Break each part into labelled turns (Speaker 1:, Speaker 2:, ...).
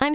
Speaker 1: I'm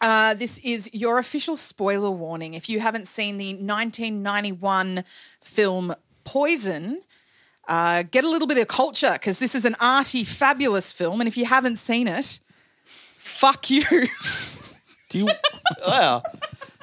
Speaker 2: Uh, this is your official spoiler warning. If you haven't seen the 1991 film Poison, uh, get a little bit of culture because this is an arty, fabulous film. And if you haven't seen it, fuck you. Oh,
Speaker 3: Do you? wow.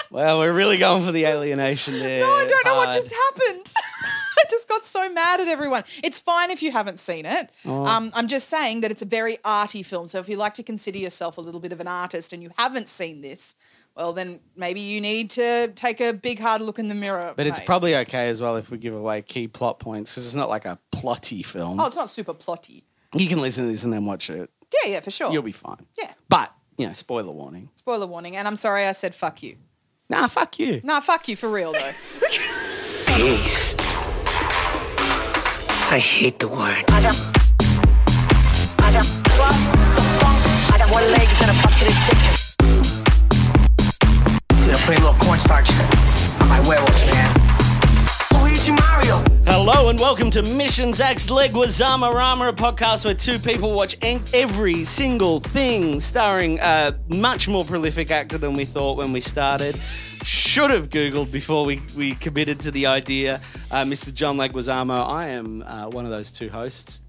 Speaker 3: Wow, we're really going for the alienation there.
Speaker 2: No, I don't know what
Speaker 3: Hard.
Speaker 2: just happened. I just got so mad at everyone. It's fine if you haven't seen it.
Speaker 3: Oh.
Speaker 2: Um, I'm just saying that it's a very arty film. So if you like to consider yourself a little bit of an artist and you haven't seen this, well, then maybe you need to take a big hard look in the mirror.
Speaker 3: But it's
Speaker 2: mate.
Speaker 3: probably okay as well if we give away key plot points because it's not like a plotty film.
Speaker 2: Oh, it's not super plotty.
Speaker 3: You can listen to this and then watch it.
Speaker 2: Yeah, yeah, for sure.
Speaker 3: You'll be fine.
Speaker 2: Yeah.
Speaker 3: But, you know, spoiler warning.
Speaker 2: Spoiler warning. And I'm sorry I said fuck you.
Speaker 3: Nah, fuck you.
Speaker 2: Nah, fuck you for real, though.
Speaker 4: Peace. I hate the word.
Speaker 5: I got trust, I got one leg and a bucket of chicken.
Speaker 4: Gonna put a little cornstarch on my werewolf, man. Luigi Mario.
Speaker 3: Hello and welcome to Mission Zach's Leguizamo Rama, a podcast where two people watch en- every single thing, starring a much more prolific actor than we thought when we started. Should have Googled before we, we committed to the idea. Uh, Mr. John Leguizamo, I am uh, one of those two hosts.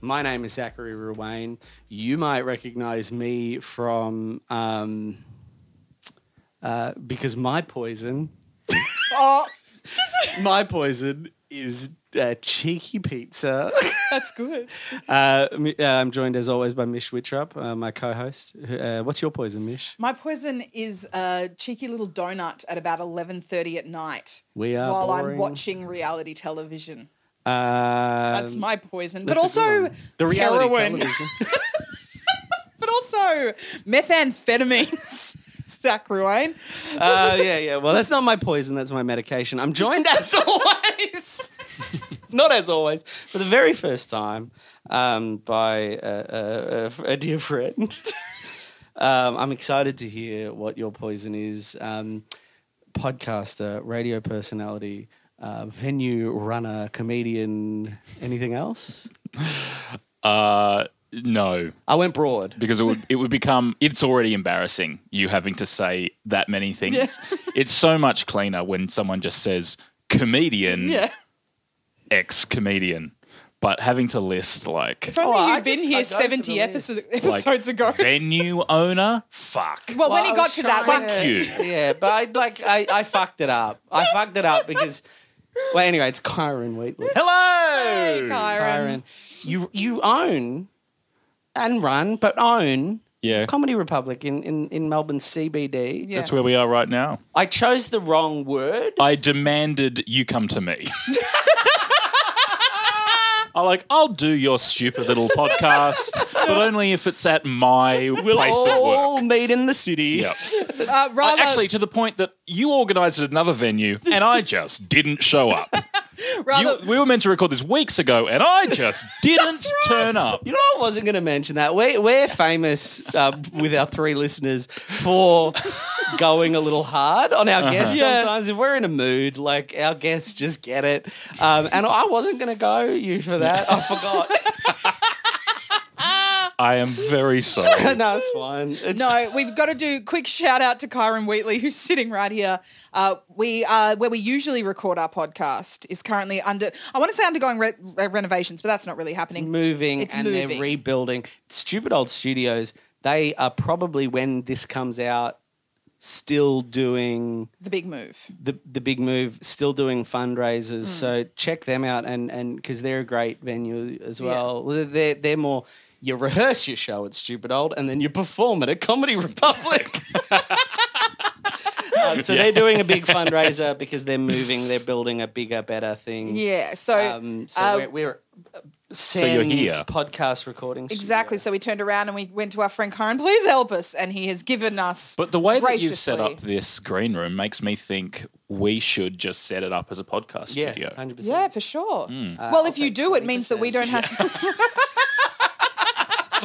Speaker 3: My name is Zachary Ruwain. You might recognize me from um, uh, because my poison
Speaker 2: oh,
Speaker 3: my poison is uh, cheeky pizza.
Speaker 2: that's good.
Speaker 3: uh, mi- uh, I'm joined as always by Mish Wittrup, uh, my co-host. Uh, what's your poison, Mish?
Speaker 2: My poison is a cheeky little donut at about 11.30 at night.
Speaker 3: We are
Speaker 2: While I'm
Speaker 3: boring.
Speaker 2: watching reality television.
Speaker 3: Uh,
Speaker 2: That's my poison. But
Speaker 3: that's a good
Speaker 2: also
Speaker 3: one. the reality
Speaker 2: heroin.
Speaker 3: television.
Speaker 2: But also methamphetamines. Zach Ruane.
Speaker 3: uh, yeah, yeah. Well, that's not my poison. That's my medication. I'm joined as always, not as always, for the very first time um, by a, a, a dear friend. um, I'm excited to hear what your poison is. Um, podcaster, radio personality, uh, venue runner, comedian, anything else?
Speaker 6: Uh, no,
Speaker 3: I went broad.
Speaker 6: because it would it would become it's already embarrassing you having to say that many things. It's so much cleaner when someone just says comedian
Speaker 2: Yeah.
Speaker 6: ex comedian, but having to list like
Speaker 2: If only
Speaker 3: Oh, I
Speaker 2: you'd been
Speaker 3: just- I
Speaker 2: here
Speaker 3: go for
Speaker 2: 70
Speaker 3: the
Speaker 2: episodes,
Speaker 6: like
Speaker 2: episodes ago.
Speaker 6: venue owner. Fuck.
Speaker 2: Well, when
Speaker 3: I
Speaker 2: he got
Speaker 3: was
Speaker 2: to that
Speaker 3: trying
Speaker 2: one,
Speaker 6: Fuck you.
Speaker 3: yeah, but I like I, I fucked it up. I fucked it up because. Well, anyway, it's Kyron Wheatley.
Speaker 6: Hello.
Speaker 3: Kyron. You you own and run, but own
Speaker 6: Yeah.
Speaker 3: Comedy Republic in, in, in Melbourne CBD.
Speaker 2: Yeah.
Speaker 6: That's where we are right now.
Speaker 3: I chose the wrong word.
Speaker 6: I demanded you come to me. I like I'll do your stupid little podcast, but only if it's at my
Speaker 3: We'll
Speaker 6: place of work.
Speaker 3: all meet in the city.
Speaker 6: Yep.
Speaker 2: uh, rather,
Speaker 6: Actually, to the point that you organised at another venue and I just didn't show up. You-
Speaker 2: rather,
Speaker 6: we were meant to record this weeks ago and I just didn't turn up.
Speaker 3: You know, I wasn't going to mention that. We're, we're famous uh, with our three listeners for going a little hard on
Speaker 6: Uh-huh.
Speaker 3: our guests
Speaker 2: Yeah.
Speaker 3: sometimes. If we're in a mood, like our guests just get it. Um, and I wasn't going to go you for that. I forgot.
Speaker 6: I am very sorry.
Speaker 3: no, it's fine. It's,
Speaker 2: No, we've got to do quick shout out to Kyron Wheatley, who's sitting right here. Uh, we uh, where we usually record our podcast is currently under. I want to say undergoing re- re- renovations, but that's not really happening.
Speaker 3: moving
Speaker 2: It's
Speaker 3: and
Speaker 2: moving.
Speaker 3: they're rebuilding. Stupid old studios. They are probably when this comes out, still doing
Speaker 2: the big move.
Speaker 3: the the big move, still doing
Speaker 2: Hmm.
Speaker 3: fundraisers. So check them out and and because they're a great venue as well. They're they're more. You rehearse your show at Stupid Old, and then you perform it at Comedy Republic. Uh, so they're doing a big fundraiser because they're moving. They're building a bigger, better thing.
Speaker 2: Yeah. So
Speaker 3: Um, so
Speaker 2: uh,
Speaker 3: we're, we're Sans
Speaker 6: you're here.
Speaker 3: podcast recording. studio.
Speaker 2: Exactly. So we turned around and we went to our friend Karen, please help us. And he has given us.
Speaker 6: But the way that you've set up
Speaker 2: graciously-
Speaker 6: this green room makes me think we should just set it up as a podcast
Speaker 3: Yeah,
Speaker 6: studio.
Speaker 3: 100%.
Speaker 2: Yeah, for sure.
Speaker 6: Hmm.
Speaker 2: well, if you do, it means that we don't have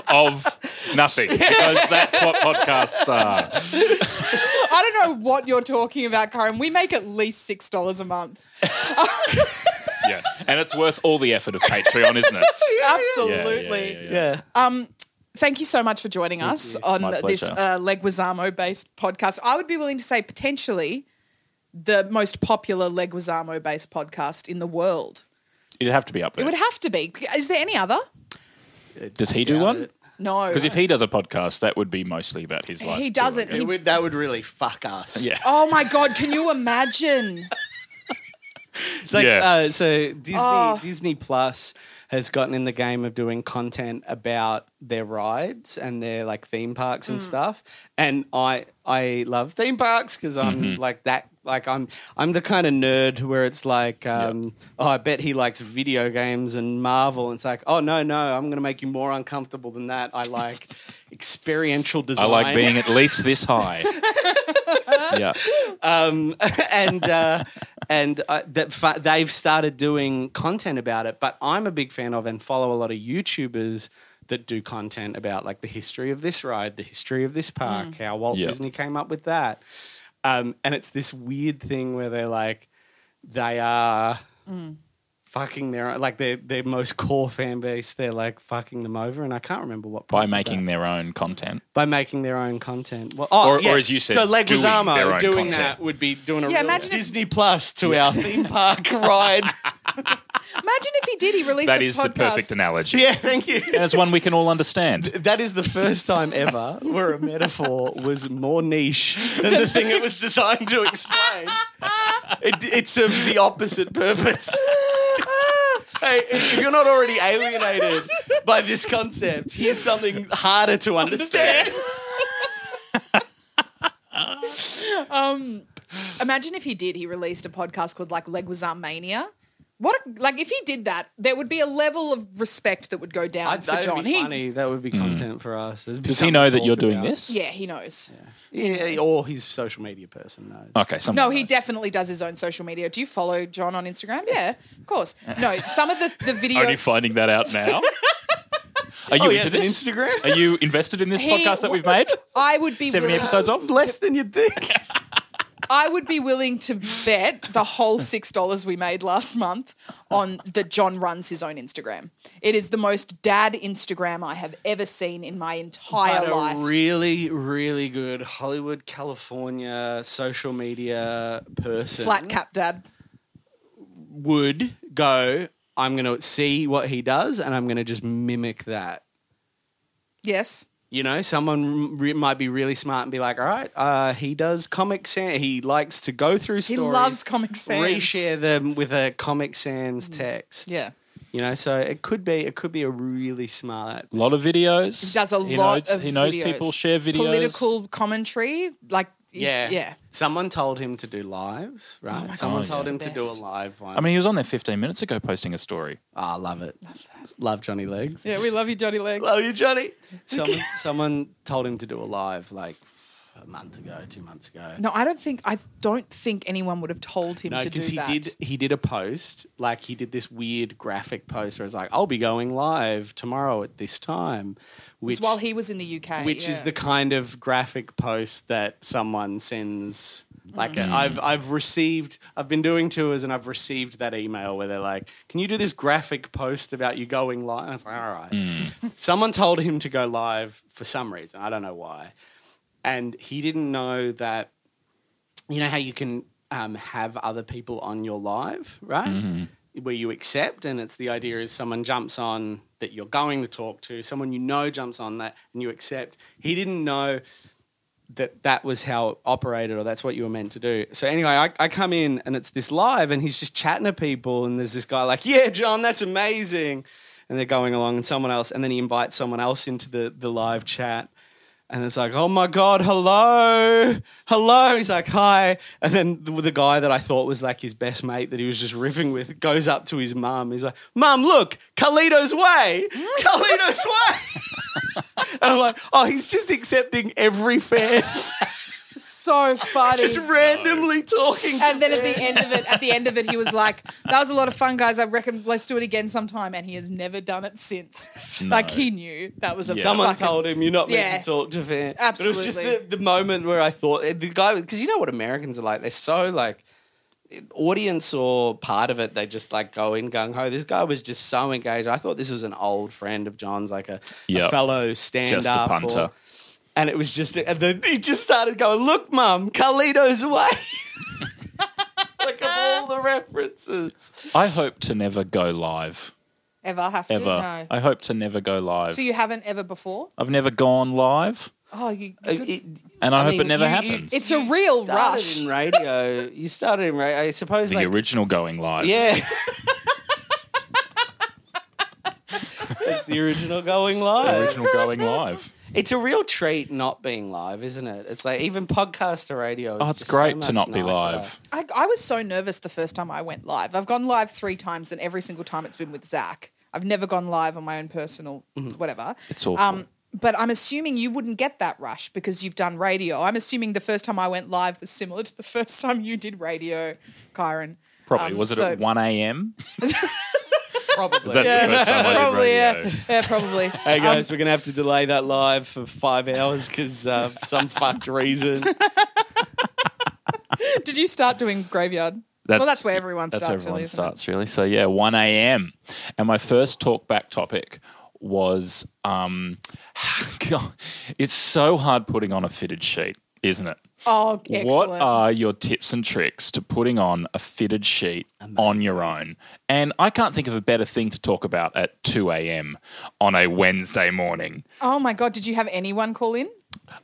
Speaker 6: of nothing because that's what podcasts are.
Speaker 2: I don't know what you're talking about, Karen. We make at least six dollars a month.
Speaker 6: Yeah, and it's worth all the effort of Patreon, isn't it? Yeah, yeah,
Speaker 2: Absolutely.
Speaker 6: yeah, yeah.
Speaker 3: Yeah.
Speaker 2: Thank you so much for joining us on
Speaker 6: My
Speaker 2: this
Speaker 6: pleasure.
Speaker 2: uh, Leguizamo based podcast. I would be willing to say potentially the most popular Leguizamo based podcast in the world.
Speaker 6: It'd have to be up there.
Speaker 2: It would have to be. Is there any other?
Speaker 6: Does he do one?
Speaker 2: No.
Speaker 6: Because if he does a podcast, that would be mostly about his life.
Speaker 2: he doesn't,
Speaker 6: too, I
Speaker 2: he-
Speaker 6: guess.
Speaker 7: It would, that would really fuck us.
Speaker 6: Yeah.
Speaker 2: oh my God, can you imagine?
Speaker 3: It's like
Speaker 6: Yeah.
Speaker 3: uh, so Disney Disney Plus has gotten in the game of doing content about their rides and their like theme parks and stuff. And I I love theme parks because I'm
Speaker 6: Mm-hmm.
Speaker 3: like that. Like I'm I'm the kind of nerd where it's like um, oh I bet he likes video games and Marvel. And it's like oh no no I'm gonna make you more uncomfortable than that. I like experiential
Speaker 6: I
Speaker 3: design.
Speaker 6: like being at least this high. yeah.
Speaker 3: um, and uh, and uh, that fa- they've started doing content about it. But I'm a big fan of and follow a lot of YouTubers that do content about like the history of this ride, the history of this park, how Walt
Speaker 6: Yeah.
Speaker 3: Disney came up with that. Um, and it's this weird thing where they're like, they are. Fucking their like their their most core fan base, they're like fucking them over, and I can't remember what
Speaker 6: By
Speaker 3: prompted that
Speaker 6: making their own content.
Speaker 3: by making their own content. Well, oh,
Speaker 6: Or- or
Speaker 3: yeah.
Speaker 6: as you said,
Speaker 3: so
Speaker 6: doing their
Speaker 3: Leguizamo
Speaker 6: own
Speaker 3: doing,
Speaker 6: content.
Speaker 3: that would be doing a
Speaker 2: Yeah,
Speaker 3: real
Speaker 2: imagine if-
Speaker 3: Disney Plus to our theme park ride.
Speaker 2: Imagine if he did, he released
Speaker 6: That
Speaker 2: a
Speaker 6: is
Speaker 2: podcast.
Speaker 6: the perfect analogy.
Speaker 3: yeah, thank you.
Speaker 6: And it's one we can all understand.
Speaker 3: That is the first time ever where a metaphor was more niche than the thing it was designed to explain. It, it served the opposite purpose. Hey, if you're not already alienated by this concept, here's something harder to understand.
Speaker 2: Um, Imagine if he did, he released a podcast called like Leguizamania. What a- like if he did that, there would be a level of respect that would go down
Speaker 3: I,
Speaker 2: for
Speaker 3: that'd
Speaker 2: John.
Speaker 3: be
Speaker 2: He-
Speaker 3: funny. That would be content for us. There'd be
Speaker 6: Hmm. Does he
Speaker 3: something
Speaker 6: know
Speaker 3: to
Speaker 6: that
Speaker 3: talk
Speaker 6: you're doing
Speaker 3: about.
Speaker 6: this?
Speaker 2: yeah, he knows.
Speaker 3: Yeah, or his social media person knows.
Speaker 6: Okay. Someone
Speaker 2: No, he
Speaker 6: knows.
Speaker 2: definitely does his own social media. Do you follow John on Instagram? Yeah, of course. No, some of the the
Speaker 6: Only
Speaker 2: video.
Speaker 6: finding that out now. Are you
Speaker 3: Oh, he
Speaker 6: into
Speaker 3: has an
Speaker 6: this?
Speaker 3: Instagram?
Speaker 6: Are you invested in this
Speaker 2: He-
Speaker 6: podcast that we've made?
Speaker 2: I would be
Speaker 6: Seventy
Speaker 2: willing,
Speaker 6: episodes of.
Speaker 3: Less than you'd think.
Speaker 2: I would be willing to bet the whole six dollars we made last month on that John runs his own Instagram. It is the most dad Instagram I have ever seen in my entire
Speaker 3: But
Speaker 2: life.
Speaker 3: a really, really good Hollywood, California social media person
Speaker 2: Flat cap dad.
Speaker 3: would go, I'm going to see what he does and I'm going to just mimic that.
Speaker 2: Yes.
Speaker 3: You know, someone re- might be really smart and be like, all right, uh, he does Comic Sans. He likes to go through
Speaker 2: He
Speaker 3: stories.
Speaker 2: loves Comic Sans. Mm.
Speaker 3: Reshare them with a Comic Sans text.
Speaker 2: Yeah.
Speaker 3: You know, so it could be it could be a really smart
Speaker 6: A lot of videos.
Speaker 2: Does a
Speaker 6: he
Speaker 2: lot
Speaker 6: knows,
Speaker 2: of
Speaker 6: He knows
Speaker 2: videos.
Speaker 6: people share videos.
Speaker 2: Political commentary. Like
Speaker 3: Yeah.
Speaker 2: Yeah. Oh
Speaker 3: Someone told him to do lives, right? Someone
Speaker 6: God,
Speaker 3: told
Speaker 2: he's
Speaker 3: him
Speaker 2: the
Speaker 3: to do a
Speaker 2: best.
Speaker 3: live one.
Speaker 6: I mean, he was on there 15 minutes ago posting a story.
Speaker 3: Ah, love it. Love Johnny Legs.
Speaker 2: Yeah, we love you, Johnny Legs.
Speaker 3: Love you, Johnny. Someone, someone told him to do a live like a month ago, two months ago.
Speaker 2: No, I don't think I don't think anyone would have told him
Speaker 3: No,
Speaker 2: to do
Speaker 3: because he
Speaker 2: that.
Speaker 3: did he did a post like he did this weird graphic post where it's like I'll be going live tomorrow at this time,
Speaker 2: It was
Speaker 3: which
Speaker 2: while he was in the UK,
Speaker 3: which is
Speaker 2: yeah.
Speaker 3: the kind of graphic post that someone sends like i I've I've received I've been doing tours and I've received that email where they're like, "Can you do this graphic post about you going live?" And I was like, "All right." someone told him to go live for some reason. I don't know why. And he didn't know that you know how you can um, have other people on your live, right? Where you accept, and it's the idea is someone jumps on that you're going to talk to, someone you know jumps on that, and you accept. He didn't know that that was how it operated or that's what you were meant to do. So anyway, I, I come in and it's this live, and he's just chatting to people, and there's this guy like, "Yeah, John, that's amazing," and they're going along, and someone else, and then he invites someone else into the the live chat And it's like, oh my God, hello, hello. He's like, hi. And then the, the guy that I thought was like his best mate that he was just riffing with goes up to his mum. He's like, mum, look, Carlito's way, Carlito's way. and I'm like, oh, he's just accepting every fans,
Speaker 2: So funny.
Speaker 3: just randomly talking. to
Speaker 2: and then at the end of it, at the end of it, he was like, "That was a lot of fun, guys. I reckon let's do it again sometime." And he has never done it since. Like he knew that was a
Speaker 3: Someone
Speaker 2: fucking-
Speaker 3: told him you're not meant
Speaker 2: Yeah.
Speaker 3: to talk to fans. But it was just
Speaker 2: Absolutely.
Speaker 3: the, the moment where I thought the guy because you know what Americans are like. They're so like audience or part of it. They just like go in gung ho. This guy was just so engaged. I thought this was an old friend of John's, like a,
Speaker 6: Yep.
Speaker 3: a fellow stand
Speaker 6: Just a
Speaker 3: up
Speaker 6: punter.
Speaker 3: and it was just, and then he just started going, "Look, mum, Carlito's away." like of all the references.
Speaker 6: I hope to never go live
Speaker 2: ever have to
Speaker 6: ever.
Speaker 2: no.
Speaker 6: I hope to never go live.
Speaker 2: So you haven't ever before?
Speaker 6: I've never gone live,
Speaker 2: Oh, you.
Speaker 3: Uh,
Speaker 2: you could-
Speaker 3: it-
Speaker 6: and I, hope
Speaker 3: mean,
Speaker 6: it never
Speaker 3: you- you-
Speaker 6: happens.
Speaker 2: it's a real
Speaker 3: started
Speaker 2: rush.
Speaker 3: in radio. you started in radio. I suppose
Speaker 6: the
Speaker 3: like,
Speaker 6: original going live.
Speaker 3: Yeah. That's the original going
Speaker 6: The
Speaker 3: live.
Speaker 6: original going live.
Speaker 3: It's a real treat not being live, isn't it? It's like even podcast to radio. Is
Speaker 6: Oh, it's
Speaker 3: just so
Speaker 6: great
Speaker 3: much
Speaker 6: to not be
Speaker 3: nicer.
Speaker 6: live.
Speaker 2: I, I was so nervous the first time I went live. I've gone live three times, and every single time it's been with Zach. I've never gone live on my own personal
Speaker 3: Mm-hmm.
Speaker 2: whatever. Um,
Speaker 6: It's awful.
Speaker 2: but I'm assuming you wouldn't get that rush because you've done radio. I'm assuming the first time I went live was similar to the first time you did radio, Kyron.
Speaker 6: Probably
Speaker 2: um,
Speaker 6: was it
Speaker 2: so-
Speaker 6: at one a.m.
Speaker 7: Probably.
Speaker 6: That's the first time I did
Speaker 2: Probably,
Speaker 6: radio.
Speaker 2: yeah, yeah, probably.
Speaker 3: Hey guys, we're gonna have to delay that live for five hours because uh, for some fucked reason.
Speaker 2: Um, Did you start doing graveyard? well, that's where everyone
Speaker 6: that's
Speaker 2: starts.
Speaker 6: where everyone
Speaker 2: really, isn't it?
Speaker 6: starts really. So yeah, one a.m. And my first talk back topic was, um, God, it's so hard putting on a fitted sheet, isn't it?
Speaker 2: Oh, excellent.
Speaker 6: What are your tips and tricks to putting on a fitted sheet on your own? And I can't think of a better thing to talk about at 2 a.m. on a Wednesday morning.
Speaker 2: oh my god! Did you have anyone call in?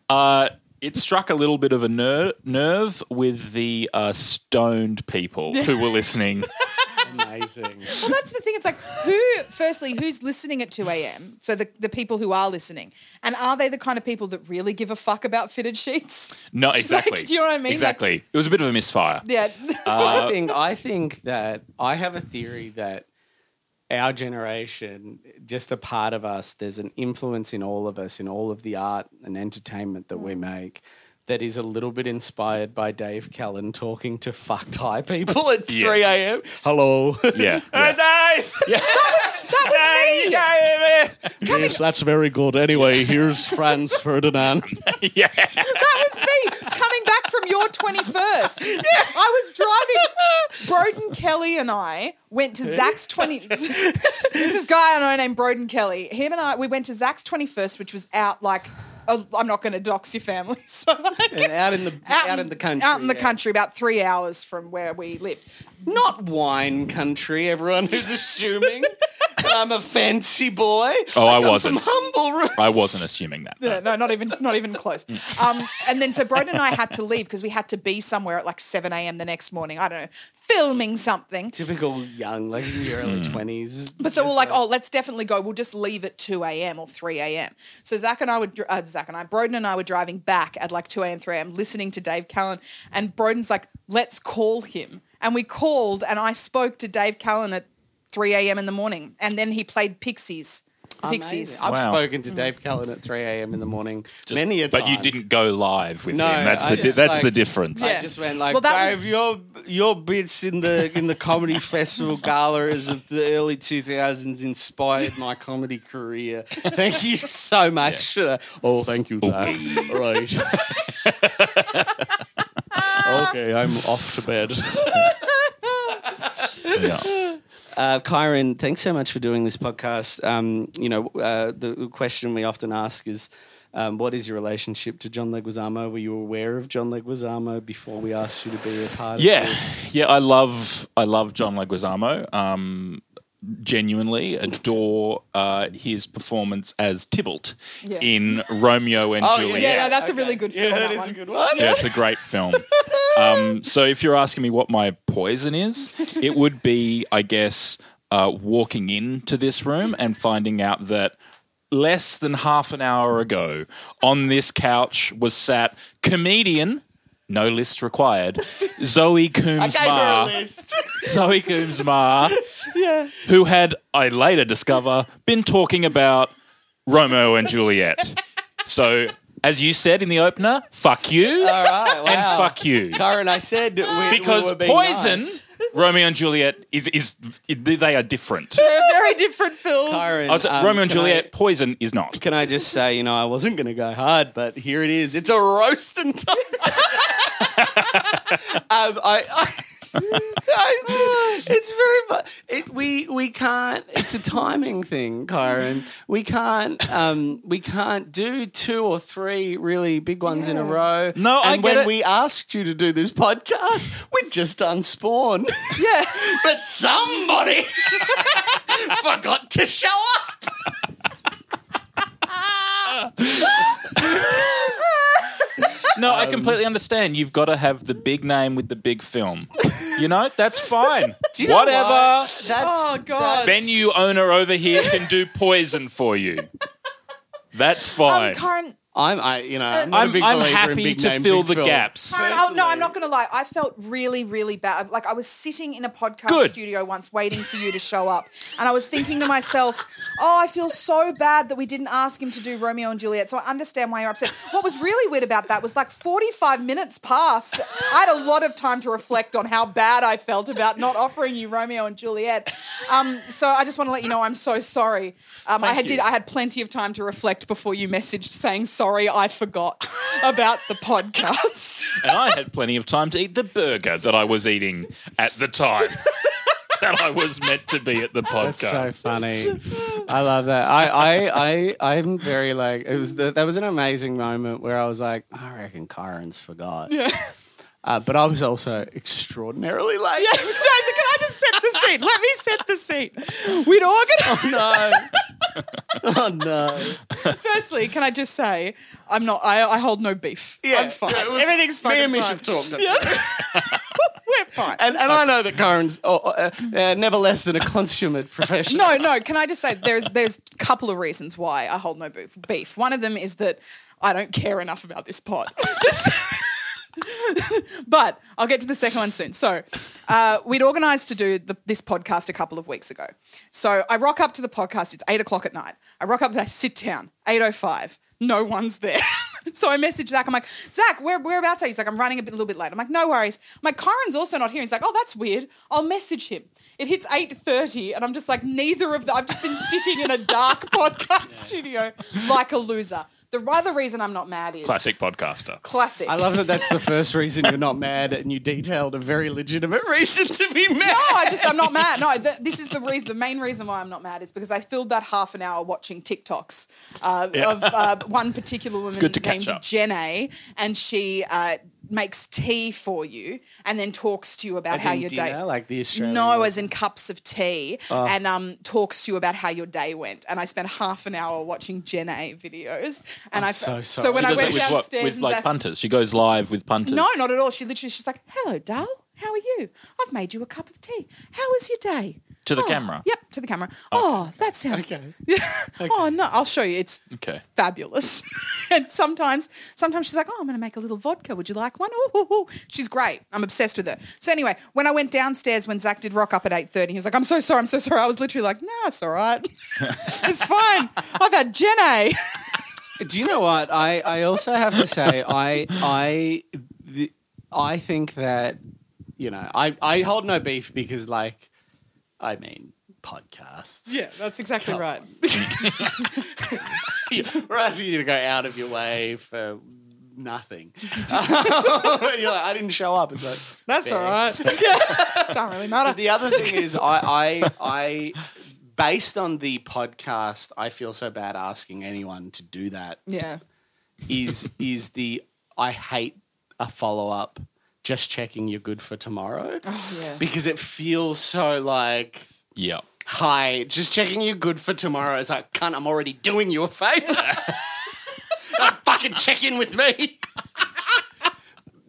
Speaker 6: Uh, it struck a little bit of a ner- nerve with the uh, stoned people who were listening.
Speaker 3: Amazing.
Speaker 2: Well, that's the thing. It's like who, firstly, who's listening at 2 a.m.? So the, the people who are listening. And are they the kind of people that really give a fuck about fitted sheets?
Speaker 6: No, exactly.
Speaker 2: do you know what I mean? Like-
Speaker 6: Exactly. it was a bit of a misfire.
Speaker 2: Yeah.
Speaker 3: I think I think that I have a theory that our generation, just a part of us, there's an influence in all of us, in all of the art and entertainment that we
Speaker 2: Hmm.
Speaker 3: make, that is a little bit inspired by Dave Callan talking to fuck Thai people at
Speaker 6: Yes.
Speaker 3: 3 a.m. Hello.
Speaker 6: Yeah.
Speaker 3: Hey,
Speaker 6: yeah.
Speaker 3: Dave! That was me! Yes, that's very good. Anyway, here's Franz Ferdinand.
Speaker 6: Yeah.
Speaker 2: that was me coming back from your 21st. I was driving. Broden Kelly and I went to Zach's 20. There's this guy I know named Broden Kelly. Him and I, we went to Zach's 21st, which was out like, oh, I'm not going to dox your family. So like,
Speaker 3: And out in the out, in the country.
Speaker 2: Out in the
Speaker 3: yeah.
Speaker 2: country, about three hours from where we lived.
Speaker 3: not wine country. Everyone who's assuming that I'm a fancy boy.
Speaker 6: Oh, I
Speaker 3: come
Speaker 6: wasn't.
Speaker 3: From humble roots.
Speaker 6: I wasn't assuming that.
Speaker 2: Yeah, no, not even not even close. Um, and then so Broden and I had to leave because we had to be somewhere at like seven a.m. the next morning. I don't know, filming something.
Speaker 3: Typical young, like in your
Speaker 6: Hmm.
Speaker 3: early twenties.
Speaker 2: But so we're like, oh, let's definitely go. We'll just leave at two a.m. or three a.m. So Zach and I would, uh, Zach and I, Broden and I were driving back at like two a.m., three a.m. listening to Dave Callan, and Broden's like, let's call him, and we called, and I spoke to Dave Callan at three a.m. in the morning, and then he played Pixies. The Pixies.
Speaker 3: I've
Speaker 6: Wow.
Speaker 3: spoken to Dave Callan at 3 a.m. in the morning many a time.
Speaker 6: But you didn't go live with
Speaker 3: No,
Speaker 6: him. That's
Speaker 3: I
Speaker 6: the di-
Speaker 3: just,
Speaker 6: that's
Speaker 3: like-
Speaker 6: the difference.
Speaker 3: I just went like,
Speaker 2: Well, that
Speaker 3: Dave,
Speaker 2: was-
Speaker 3: your your bits in the in the comedy festival gala as of the early 2000s inspired my comedy career. Thank you so much. for that. Oh, thank you, Dave. All right. okay, I'm off to bed.
Speaker 6: Yeah.
Speaker 3: Uh, Kyron, thanks so much for doing this podcast. Um, you know, uh, the question we often ask is, um, what is your relationship to John Leguizamo? Were you aware of John Leguizamo before we asked you to be a part of
Speaker 6: Yeah,
Speaker 3: this?
Speaker 6: yeah. I love I love John Leguizamo. Um, genuinely adore uh, his performance as Tybalt
Speaker 2: Yeah.
Speaker 6: in Romeo and
Speaker 3: Oh, yeah,
Speaker 6: Juliet.
Speaker 2: Yeah, no, that's a really good. film,
Speaker 3: that
Speaker 2: that
Speaker 3: is
Speaker 2: one.
Speaker 3: a good one.
Speaker 6: Yeah, it's a great film. Um, so if you're asking me what my poison is, it would be, I guess, uh, walking into this room and finding out that less than half an hour ago, on this couch was sat comedian, no list required, Zoe
Speaker 3: I gave
Speaker 6: Coombs
Speaker 3: her a
Speaker 6: Ma.
Speaker 3: list.
Speaker 6: Zoe Coombs Ma,
Speaker 3: yeah.
Speaker 6: who had, I later discover, been talking about Romeo and Juliet. So, as you said in the opener, fuck you
Speaker 3: All right. Wow.
Speaker 6: and fuck you.
Speaker 3: Karen, I said we, we
Speaker 6: Because
Speaker 3: were being
Speaker 6: Poison,
Speaker 3: nice.
Speaker 6: Romeo and Juliet, is, is they are different.
Speaker 2: They're very different films.
Speaker 3: Karen,
Speaker 6: I was-
Speaker 3: um,
Speaker 6: Romeo and
Speaker 3: can I-
Speaker 6: Juliet, Poison is not.
Speaker 3: can I just say, you know, I wasn't going to go hard, but here it is. It's a roasting time. um, I. I I- it's very. mu- It, we we can't. It's a timing thing, Kyron. We can't. Um, we can't do two or three really big ones in a row.
Speaker 6: No, I
Speaker 3: and
Speaker 6: get
Speaker 3: when
Speaker 6: it.
Speaker 3: we asked you to do this podcast, we'd just done Spawn.
Speaker 2: Yeah.
Speaker 3: but somebody forgot to show up.
Speaker 6: No, I completely understand. You've got to have the big name with the big film. You know, that's fine.
Speaker 3: Do you know
Speaker 6: Whatever.
Speaker 3: what? That's,
Speaker 2: Oh, God.
Speaker 3: that's-
Speaker 6: Venue owner over here can do poison for you. That's
Speaker 2: Um,
Speaker 6: fine.
Speaker 2: Karen,
Speaker 3: I'm, I, you know, I'm, not a
Speaker 6: I'm,
Speaker 3: big
Speaker 6: I'm
Speaker 3: believer in
Speaker 6: happy
Speaker 3: big
Speaker 6: to
Speaker 3: name,
Speaker 6: fill
Speaker 3: big
Speaker 6: the
Speaker 3: film.
Speaker 6: gaps.
Speaker 2: Karen, oh, no, I'm not going to lie. I felt really, really bad. Like I was sitting in a podcast
Speaker 6: Good.
Speaker 2: studio once, waiting for you to show up, and I was thinking to myself, "Oh, I feel so bad that we didn't ask him to do Romeo and Juliet." So I understand why you're upset. What was really weird about that was like 45 minutes passed. I had a lot of time to reflect on how bad I felt about not offering you Romeo and Juliet. Um, so I just want to let you know I'm so sorry. Um, I had
Speaker 6: you.
Speaker 2: did I had plenty of time to reflect before you messaged saying sorry. I forgot about the podcast.
Speaker 6: And I had plenty of time to eat the burger that I was eating at the time that I was meant to be at the
Speaker 3: That's so
Speaker 6: podcast.
Speaker 3: funny. I love that. I, I, I, I'm very like it was. The, that was an amazing moment where I was like, I reckon Kyron's forgot. Yeah. Uh, but I was also extraordinarily late.
Speaker 2: Yes, no, can I just set the scene? Let me set the scene. We'd organize.
Speaker 3: No. oh no.
Speaker 2: Firstly, can I just say, I'm not, I, I hold no beef. I'm fine. Everything's fine.
Speaker 3: Me and Mish have talked.
Speaker 2: We're fine.
Speaker 3: And, and I know that Kyron's oh, uh, uh, never less than a consummate professional.
Speaker 2: no, no, can I just say, there's there's a couple of reasons why I hold no beef. beef. One of them is that I don't care enough about this pot. but I'll get to the second one soon. So, uh, we'd organised to do the, this podcast a couple of weeks ago. So I rock up to the podcast. It's eight o'clock at night. I rock up. I sit down. Eight o five. No one's there. so I message Zach. I'm like, Zach, where whereabouts are you? He's like, I'm running a, bit, a little bit late. I'm like, no worries. I'm like, Kyron's also not here. He's like, oh, that's weird. I'll message him. It hits eight thirty, and I'm just like, neither of them. I've just been sitting in a dark podcast studio like a loser. The other reason I'm not mad is
Speaker 6: Classic podcaster.
Speaker 2: classic.
Speaker 3: I love that that's the first reason you're not mad and you detailed a very legitimate reason to be mad.
Speaker 2: No, I just I'm not mad. No, th- this is the reason. The main reason why I'm not mad is because I filled that half an hour watching TikToks uh, of uh, one particular woman
Speaker 6: good to catch
Speaker 2: named
Speaker 6: up.
Speaker 2: Jen A, and she uh, makes tea for you and then talks to you about
Speaker 3: As
Speaker 2: how
Speaker 3: in
Speaker 2: your
Speaker 3: dinner,
Speaker 2: day.
Speaker 3: like the Australian
Speaker 2: No,
Speaker 3: version. Oh.
Speaker 2: as in cups of tea, and um, talks to you about how your day went. And I spent half an hour watching Gen A videos. And I
Speaker 3: so sorry.
Speaker 2: so when
Speaker 6: She
Speaker 2: I
Speaker 6: does that
Speaker 2: went
Speaker 6: with what?
Speaker 2: downstairs
Speaker 6: With
Speaker 2: and
Speaker 6: like
Speaker 2: Zach-
Speaker 6: punters. She goes live with punters.
Speaker 2: no, not at all. She literally, she's like, "Hello, Dal. How are you? I've made you a cup of tea. How was your day?"
Speaker 6: To the
Speaker 2: "Oh,
Speaker 6: camera?
Speaker 2: Yep, to the camera. Oh, that sounds.
Speaker 3: Okay.
Speaker 2: oh no, I'll show you. It's
Speaker 6: Okay.
Speaker 2: fabulous. and sometimes, sometimes she's like, "Oh, I'm going to make a little vodka. Would you like one?" Oh, she's great. I'm obsessed with her. So anyway, when I went downstairs when Zach did rock up at eight thirty, he was like, "I'm so sorry. I'm so sorry." I was literally like, "Nah, it's all right. it's fine. I've had Gen A."
Speaker 3: Do you know what? I, I also have to say I I the, I think that you know I, I hold no beef because like I mean podcasts.
Speaker 2: yeah, that's exactly right.
Speaker 3: We're asking you to go out of your way for nothing. You're like, I didn't show up. It's like
Speaker 2: That's all
Speaker 3: fair.
Speaker 2: right. Don't really matter.
Speaker 3: But the other thing is, I, I, I, based on the podcast, I feel so bad asking anyone to do that.
Speaker 2: yeah.
Speaker 3: Is is the I hate a follow up, just checking you're good for tomorrow,
Speaker 2: Oh, Yeah.
Speaker 3: because it feels so like.
Speaker 6: Yeah.
Speaker 3: Hi, just checking you good for tomorrow. It's like, cunt, I'm already doing you a favor. Like, fucking check in with me.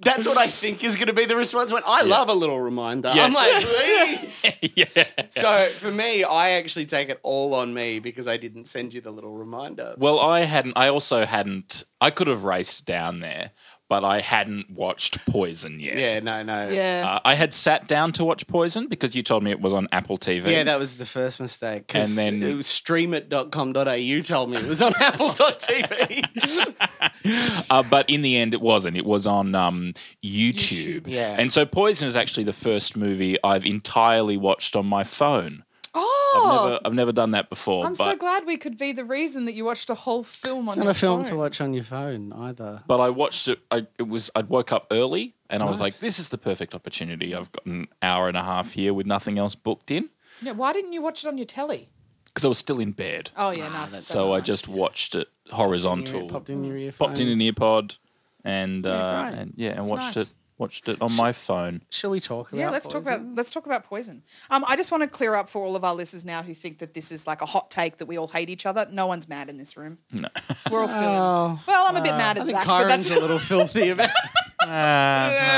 Speaker 3: That's what I think is going to be the response. When I love a little reminder, I'm
Speaker 6: Yes.
Speaker 3: like, please.
Speaker 6: yeah.
Speaker 3: so for me, I actually take it all on me because I didn't send you the little reminder.
Speaker 6: Well, I hadn't. I also hadn't. I could have raced down there, but I hadn't watched Poison yet.
Speaker 3: Yeah, no, no.
Speaker 2: Yeah.
Speaker 6: Uh, I had sat down to watch Poison because you told me it was on Apple TV.
Speaker 3: Yeah, that was the first mistake. 'cause
Speaker 6: And then-
Speaker 3: it was streamit.com.au told me it was on apple.tv.
Speaker 6: uh, but in the end, it wasn't. It was on um, YouTube.
Speaker 3: YouTube, yeah.
Speaker 6: And so Poison is actually the first movie I've entirely watched on my phone.
Speaker 2: Oh,
Speaker 6: Never, I've never done that before.
Speaker 2: I'm
Speaker 6: but,
Speaker 2: so glad we could be the reason that you watched a whole film on
Speaker 3: It's not
Speaker 2: your
Speaker 3: a film
Speaker 2: phone.
Speaker 3: to watch on your phone either.
Speaker 6: But I watched it. I, it was. I woke up early, and I was like, "This is the perfect opportunity. I've got an hour and a half here with nothing else booked in
Speaker 2: Yeah, why didn't you watch it on your telly?
Speaker 6: because I was still in bed.
Speaker 2: Oh yeah, no. that's
Speaker 6: so I
Speaker 2: nice.
Speaker 6: just watched it horizontal.
Speaker 3: Popped in your earphones.
Speaker 6: popped in an earpod and yeah, uh,
Speaker 3: great.
Speaker 6: and, yeah, and
Speaker 2: It's
Speaker 6: watched
Speaker 2: nice.
Speaker 6: it watched it on my phone.
Speaker 3: Shall we talk about
Speaker 2: Yeah, let's talk about let's talk about poison. Um, I just want to clear up for all of our listeners now who think that this is like a hot take that we all hate each other. No one's mad in this room. No, we're all feeling. well, I'm a bit mad
Speaker 3: Oh. Uh,
Speaker 2: at
Speaker 3: I think
Speaker 2: Zach, but
Speaker 3: Kyron's
Speaker 2: that's
Speaker 3: a little filthy about
Speaker 6: Uh,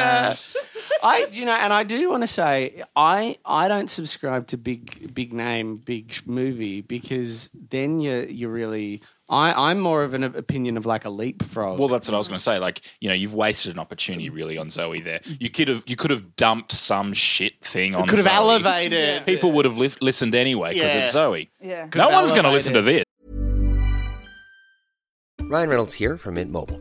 Speaker 3: I you know, and I do want to say I I don't subscribe to big big name big sh- movie because then you you really I I'm more of an opinion of like a leapfrog.
Speaker 6: Well, that's what I was going to say. Like, you know, you've wasted an opportunity really on Zoe there. You could have you could have dumped some shit thing on.
Speaker 3: could have
Speaker 6: Zoe.
Speaker 3: elevated.
Speaker 6: People would have lif- listened anyway because
Speaker 3: Yeah.
Speaker 6: it's Zoe.
Speaker 2: yeah.
Speaker 6: no one's going to
Speaker 3: elevated.
Speaker 6: listen to this.
Speaker 8: Ryan Reynolds here from Mint Mobile.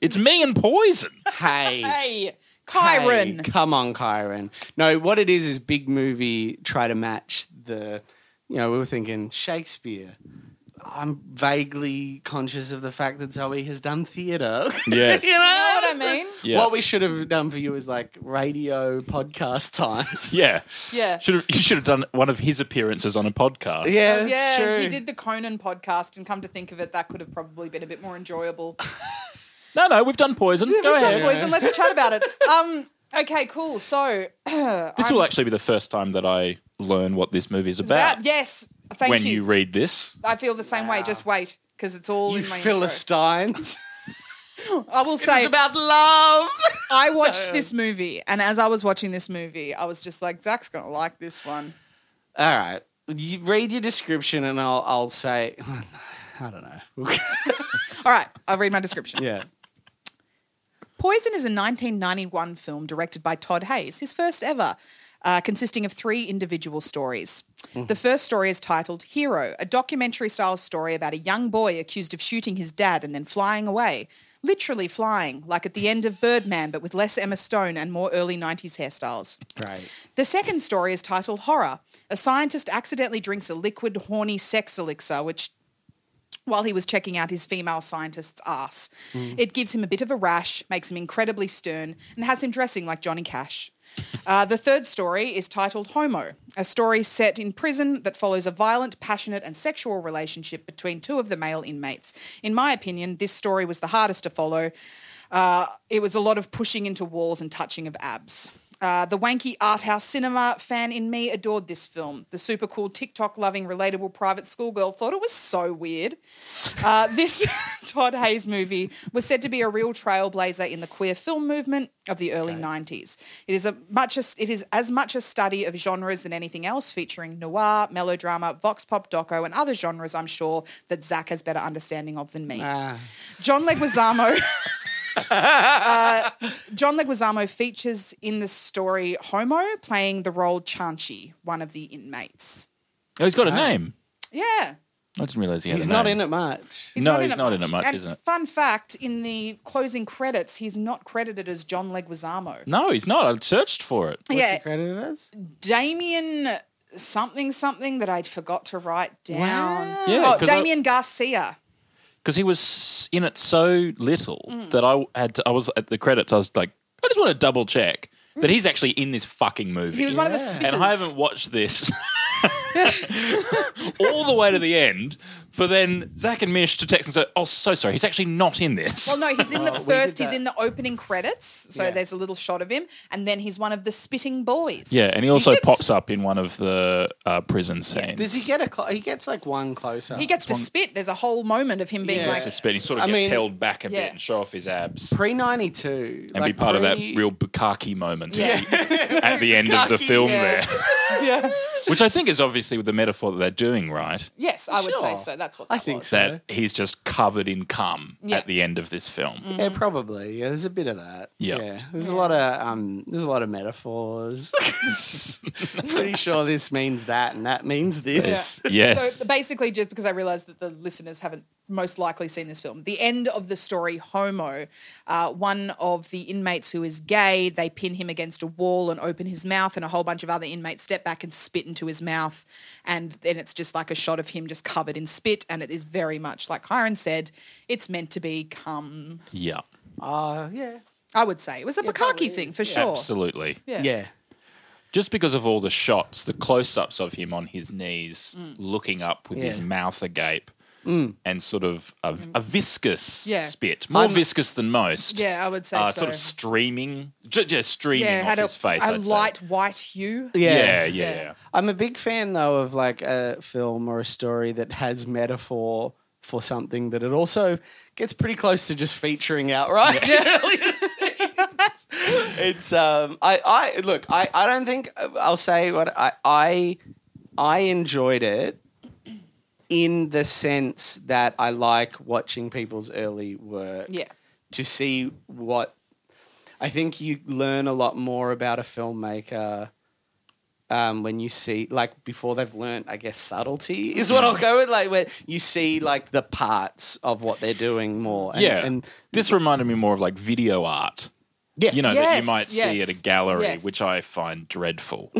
Speaker 6: It's me and poison.
Speaker 2: Hey,
Speaker 3: Hey. Hey,
Speaker 2: Kyron.
Speaker 3: come on, Kyron. No, what it is is big movie try to match the. You know, we were thinking Shakespeare. I'm vaguely conscious of the fact that Zoe has done theatre.
Speaker 6: Yes.
Speaker 3: you know,
Speaker 2: know what I mean?
Speaker 6: Yeah.
Speaker 3: What we should have done for you is like radio podcast times.
Speaker 6: Yeah,
Speaker 2: Yeah.
Speaker 6: should have you should have done one of his appearances on a podcast.
Speaker 3: Yeah, that's
Speaker 2: Oh, yeah,
Speaker 3: true.
Speaker 2: he did the Conan podcast, and come to think of it, that could have probably been a bit more enjoyable.
Speaker 6: No, no, we've done poison. Go
Speaker 2: We've done
Speaker 6: ahead.
Speaker 2: Poison. Let's chat about it. Um, okay, cool. So,
Speaker 6: This will actually be the first time that I learn what this movie is about.
Speaker 2: about, yes, thank
Speaker 6: when
Speaker 2: you.
Speaker 6: you. read this,
Speaker 2: I feel the same way. Just wait, because it's all
Speaker 3: You
Speaker 2: in my
Speaker 3: Philistines.
Speaker 2: intro. I will say
Speaker 3: about love.
Speaker 2: I watched this movie, and as I was watching this movie, I was just like, Zach's gonna like this one.
Speaker 3: All right. You read your description and I'll I'll say I don't know.
Speaker 2: All right, I'll read my description.
Speaker 3: yeah.
Speaker 2: Poison is a 1991 film directed by Todd Hayes, his first ever, uh, consisting of three individual stories.
Speaker 3: Mm-hmm.
Speaker 2: The first story is titled Hero, a documentary style story about a young boy accused of shooting his dad and then flying away. Literally flying, like at the end of Birdman, but with less Emma Stone and more early 90s hairstyles.
Speaker 3: Right.
Speaker 2: The second story is titled Horror. A scientist accidentally drinks a liquid, horny sex elixir, which while he was checking out his female scientist's ass. It gives him a bit of a rash, makes him incredibly stern, and has him dressing like Johnny Cash. Uh, the third story is titled Homo, a story set in prison that follows a violent, passionate, and sexual relationship between two of the male inmates. In my opinion, this story was the hardest to follow. Uh, it was a lot of pushing into walls and touching of abs. Uh, the wanky art house cinema fan in me adored this film. The super cool TikTok loving relatable private school girl thought it was so weird. Uh, this Todd Hayes movie was said to be a real trailblazer in the queer film movement of the early 90s. It is a much as, it is as much a study of genres than anything else, featuring noir, melodrama, vox pop, doco, and other genres. I'm sure that Zach has better understanding of than me. John Leguizamo. Uh, John Leguizamo features in the story Homo, playing the role Chanchi, one of the inmates.
Speaker 6: oh, he's got a name.
Speaker 2: Yeah.
Speaker 6: I didn't realize he had
Speaker 3: He's
Speaker 6: a
Speaker 3: not
Speaker 6: name.
Speaker 3: in it much.
Speaker 6: No, he's not in it much,
Speaker 2: and
Speaker 6: isn't it?
Speaker 2: Fun fact: in the closing credits, he's not credited as John Leguizamo.
Speaker 6: No, he's not. I searched for it.
Speaker 2: yeah,
Speaker 3: Credited as?
Speaker 2: Damien something something that I forgot to write down.
Speaker 6: Yeah,
Speaker 2: oh,
Speaker 6: 'cause I-
Speaker 2: Damien Garcia.
Speaker 6: because he was in it so little
Speaker 2: Mm.
Speaker 6: that I had to, I was at the credits. I was like, I just want to double check that he's actually in this fucking movie.
Speaker 2: Mm. He was one of the Yeah.
Speaker 6: and I
Speaker 2: spitters.
Speaker 6: haven't watched this all the way to the end. For then Zach and Mish to text and say, "Oh, so sorry, he's actually not in this."
Speaker 2: Well, no, he's in the
Speaker 6: Oh, we did
Speaker 2: first. He's
Speaker 6: that.
Speaker 2: in the opening credits, so
Speaker 6: Yeah.
Speaker 2: there's a little shot of him, and then he's one of the spitting boys.
Speaker 6: Yeah, and he also pops up in one of the uh, prison scenes.
Speaker 3: Does he get a? Cl- he gets like one closer.
Speaker 2: He gets to spit. There's a whole moment of him being
Speaker 6: Yeah,
Speaker 2: like,
Speaker 6: so spit- he sort of
Speaker 3: I
Speaker 6: gets
Speaker 3: mean-
Speaker 6: held back a
Speaker 2: Yeah.
Speaker 6: bit and show off his abs
Speaker 3: pre ninety two
Speaker 6: and be part of that real bukkake moment
Speaker 3: Yeah.
Speaker 6: at, the, at the end of the
Speaker 3: Bukkake,
Speaker 6: film
Speaker 3: yeah.
Speaker 6: there,
Speaker 3: yeah.
Speaker 6: which I think is obviously with the metaphor that they're doing, right?
Speaker 2: Yes, I would say
Speaker 3: Sure.
Speaker 2: so. That's what that I think. Was.
Speaker 6: That he's just covered in cum
Speaker 2: Yeah.
Speaker 6: at the end of this film.
Speaker 3: Yeah, probably. Yeah, there's a bit of that.
Speaker 6: Yeah.
Speaker 3: Yeah. There's a lot of um there's a lot of metaphors. I'm pretty sure this means that and that means this.
Speaker 2: So basically, just because I realised that the listeners haven't most likely seen this film, the end of the story, Homo, uh, one of the inmates who is gay, they pin him against a wall and open his mouth, and a whole bunch of other inmates step back and spit into his mouth, and then it's just like a shot of him just covered in spit, and it is very much like Hiron said, it's meant to be cum.
Speaker 6: Yeah,
Speaker 3: Uh, yeah.
Speaker 2: I would say it was a Bukaki thing for sure.
Speaker 6: absolutely.
Speaker 2: Yeah.
Speaker 6: Just because of all the shots, the close-ups of him on his knees,
Speaker 2: Mm.
Speaker 6: looking up with his
Speaker 3: Yeah.
Speaker 6: mouth agape, and sort of a, a viscous
Speaker 2: Mm. Yeah.
Speaker 6: spit, more
Speaker 3: I'm-
Speaker 6: viscous than most.
Speaker 2: Yeah, I would say
Speaker 6: uh,
Speaker 2: so.
Speaker 6: sort of streaming, ju- just streaming
Speaker 2: yeah, it
Speaker 6: off
Speaker 2: had a,
Speaker 6: his face.
Speaker 2: a
Speaker 6: I'd say.
Speaker 2: light white hue.
Speaker 6: Yeah, yeah,
Speaker 3: Yeah.
Speaker 6: yeah.
Speaker 2: Yeah.
Speaker 3: I'm a big fan though of like a film or a story that has metaphor for something, but it also gets pretty close to just featuring outright. it's um I, I look, I, I don't think uh, I'll say what I I I enjoyed it in the sense that I like watching people's early work
Speaker 2: Yeah.
Speaker 3: to see what I think you learn a lot more about a filmmaker um, when you see like before they've learned I guess subtlety is what I'll go with like where you see like the parts of what they're doing more and,
Speaker 6: yeah.
Speaker 3: and
Speaker 6: this reminded me more of like video art.
Speaker 3: Yeah.
Speaker 6: You know, that you
Speaker 2: Yes,
Speaker 6: might see
Speaker 2: yes,
Speaker 6: at a gallery,
Speaker 2: yes.
Speaker 6: which I find dreadful.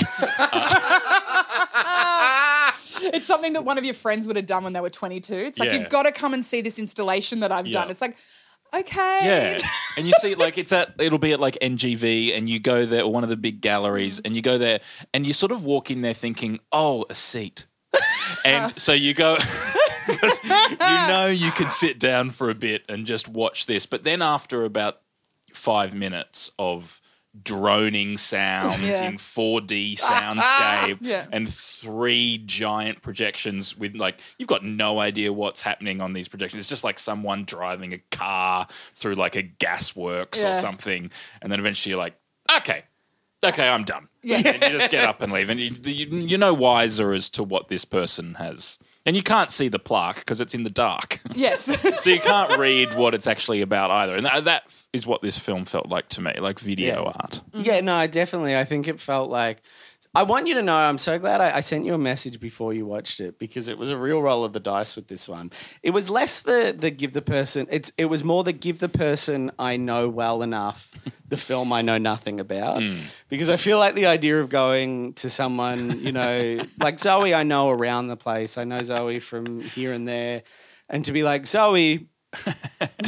Speaker 2: It's something that one of your friends would have done when they were 22. It's like,
Speaker 6: Yeah.
Speaker 2: you've got to come and see this installation that I've
Speaker 6: Yeah.
Speaker 2: done. It's like, okay.
Speaker 6: yeah. And you see, like, it's at, it'll be at like NGV, and you go there, or one of the big galleries, and you go there, and you sort of walk in there thinking, oh, a seat. and so you go, 'cause you know, you can sit down for a bit and just watch this. But then after about five minutes of droning sounds
Speaker 2: Yeah. Ah,
Speaker 6: in 4D soundscape
Speaker 2: Yeah.
Speaker 6: and three giant projections with like you've got no idea what's happening on these projections. It's just like someone driving a car through like a gas works or
Speaker 2: Yeah.
Speaker 6: something, and then eventually you're like, okay. Okay, I'm done.
Speaker 2: Yeah.
Speaker 6: And you just get up and leave, and you, you, you're no wiser as to what this person has, and you can't see the plaque because it's in the dark
Speaker 2: Yes.
Speaker 6: so you can't read what it's actually about either. And that, that is what this film felt like to me, like video
Speaker 3: Yeah.
Speaker 6: art.
Speaker 3: Yeah, no, definitely. I think it felt like. I want you to know. I'm so glad I, I sent you a message before you watched it because it was a real roll of the dice with this one. It was less the the give the person. It's it was more the give the person I know well enough the film I know nothing about because I feel like the idea of going to someone you know like Zoe I know around the place. I know Zoe from here and there, and to be like Zoe,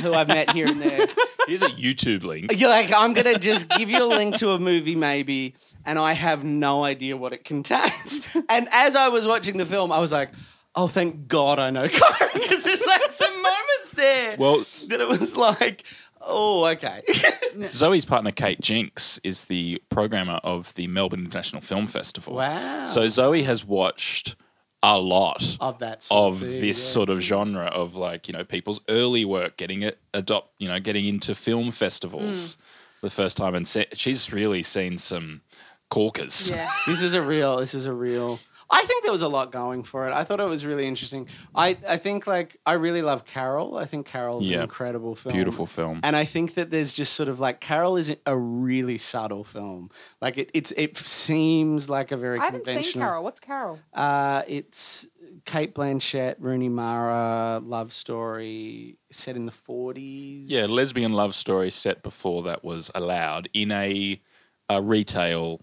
Speaker 3: who I've met here and there.
Speaker 6: Here's a YouTube link.
Speaker 3: You're like, I'm gonna just give you a link to a movie, maybe, and I have no idea what it contains. And as I was watching the film, I was like, oh, thank God I know because there's like some moments there
Speaker 6: Well,
Speaker 3: that it was like, oh, okay.
Speaker 6: Zoe's partner, Kate Jinks, is the programmer of the Melbourne International Film Festival.
Speaker 3: Wow.
Speaker 6: So Zoe has watched a lot
Speaker 3: of that sort
Speaker 6: of
Speaker 3: thing,
Speaker 6: this
Speaker 3: yeah.
Speaker 6: sort of genre of like, you know, people's early work getting it adopt, you know, getting into film festivals for the first time. And se- she's really seen some corkers.
Speaker 2: yeah.
Speaker 3: this is a real this is a real i think there was a lot going for it i thought it was really interesting i, I think like i really love carol i think carol's
Speaker 6: Yeah.
Speaker 3: an incredible film
Speaker 6: Beautiful film.
Speaker 3: and i think that there's just sort of like carol is a really subtle film like it it's it seems like a very
Speaker 2: I haven't seen
Speaker 3: conventional
Speaker 2: Carol. What's Carol?
Speaker 3: uh, it's Kate Blanchett, Rooney Mara, love story set in the 40s.
Speaker 6: Yeah, lesbian love story set before that was allowed in a, a retail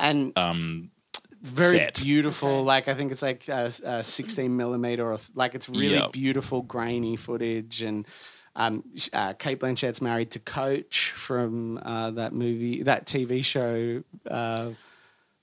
Speaker 3: and
Speaker 6: um,
Speaker 3: very
Speaker 6: set.
Speaker 3: beautiful. Like I think it's like uh, s- uh, 16 millimeter, or th- like it's really
Speaker 6: Yep.
Speaker 3: beautiful, grainy footage. And um, sh- uh, Kate Blanchett's married to Coach from uh, that movie, that TV show. Uh,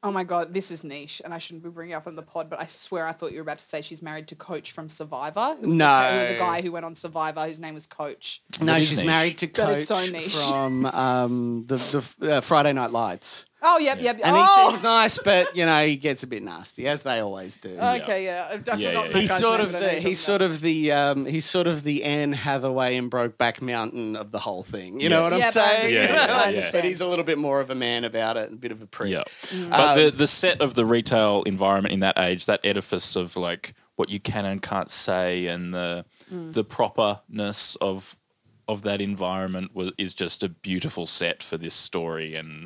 Speaker 2: Oh my god, this is niche, and I shouldn't be bringing it up on the pod, but I swear I thought you were about to say she's married to Coach from Survivor. Who was
Speaker 3: No.
Speaker 2: a, who was a guy who went on Survivor whose name was Coach.
Speaker 3: no, she's married to
Speaker 2: That
Speaker 3: Coach
Speaker 2: is so niche.
Speaker 3: from um, the, the uh, Friday Night Lights.
Speaker 2: Oh yep, yep.
Speaker 3: And
Speaker 2: oh,
Speaker 3: he seems nice, but you know he gets a bit nasty, as they always do.
Speaker 2: okay, yeah. I've I've
Speaker 6: Yeah,
Speaker 2: forgotten
Speaker 6: yeah,
Speaker 2: the
Speaker 6: yeah.
Speaker 3: He's
Speaker 2: guy's
Speaker 3: sort
Speaker 2: name,
Speaker 3: of
Speaker 2: but I know
Speaker 3: the
Speaker 2: who you're
Speaker 3: he's
Speaker 2: talking
Speaker 3: sort of the um, he's sort of the Anne Hathaway in Brokeback Mountain of the whole thing. You know
Speaker 6: Yeah.
Speaker 3: what I'm
Speaker 2: Yeah, but I
Speaker 3: saying?
Speaker 6: understand. Yeah, yeah, I
Speaker 2: understand.
Speaker 3: But he's a little bit more of a man about it, and a bit of a prick.
Speaker 6: Yeah. But the, the set of the retail environment in that age, that edifice of like what you can and can't say and the the properness of of that environment was, is just a beautiful set for this story and,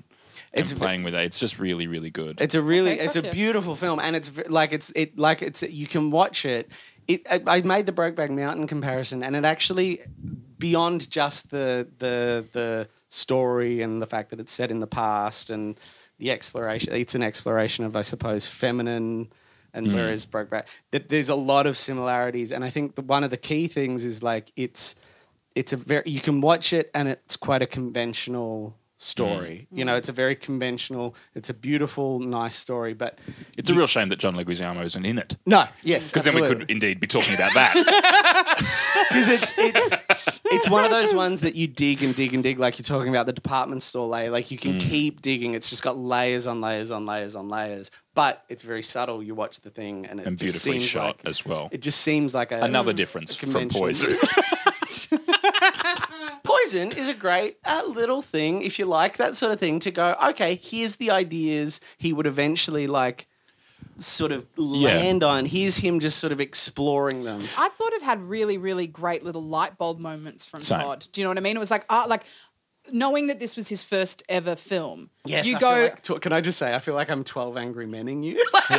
Speaker 6: and
Speaker 3: It's v-
Speaker 6: playing with it. It's just really, really good.
Speaker 3: It's a really,
Speaker 2: Okay,
Speaker 3: it's a
Speaker 2: gotcha.
Speaker 3: beautiful film, and it's v- like it's it like it's you can watch it. It I, I made the Brokeback Mountain comparison, and it actually beyond just the the the story and the fact that it's set in the past and the exploration. It's an exploration of, I suppose, feminine. And whereas Brokeback, that there's a lot of similarities, and I think the, one of the key things is like it's it's a very you can watch it and it's quite a conventional story. You know, it's a very conventional. It's a beautiful, nice story, but
Speaker 6: It's a real shame that John Leguizamo isn't in it.
Speaker 3: no, yes,
Speaker 6: Because then we could indeed be talking about that.
Speaker 3: because it's it's it's one of those ones that you dig and dig and dig, like you're talking about the department store layer. Like you can
Speaker 6: Mm.
Speaker 3: keep digging. It's just got layers on layers on layers on layers, but it's very subtle. You watch the thing and it
Speaker 6: and
Speaker 3: just
Speaker 6: beautifully
Speaker 3: seems
Speaker 6: shot
Speaker 3: like
Speaker 6: as well.
Speaker 3: it just seems like a mm,
Speaker 6: Another
Speaker 3: a
Speaker 6: difference from
Speaker 3: conventional-
Speaker 6: Poison.
Speaker 3: Poison is a great uh, little thing, if you like that sort of thing, to go, okay, here's the ideas he would eventually like sort of land on. Here's him just sort of exploring them.
Speaker 2: about. I thought it had really, really great little light bulb moments from
Speaker 6: Same.
Speaker 2: Todd. Do you know what I mean? It was like ah, like knowing that this was his first ever film.
Speaker 3: Yes,
Speaker 2: you
Speaker 3: I feel
Speaker 2: go.
Speaker 3: like- tw- can I just say, I feel like I'm 12 angry men in you.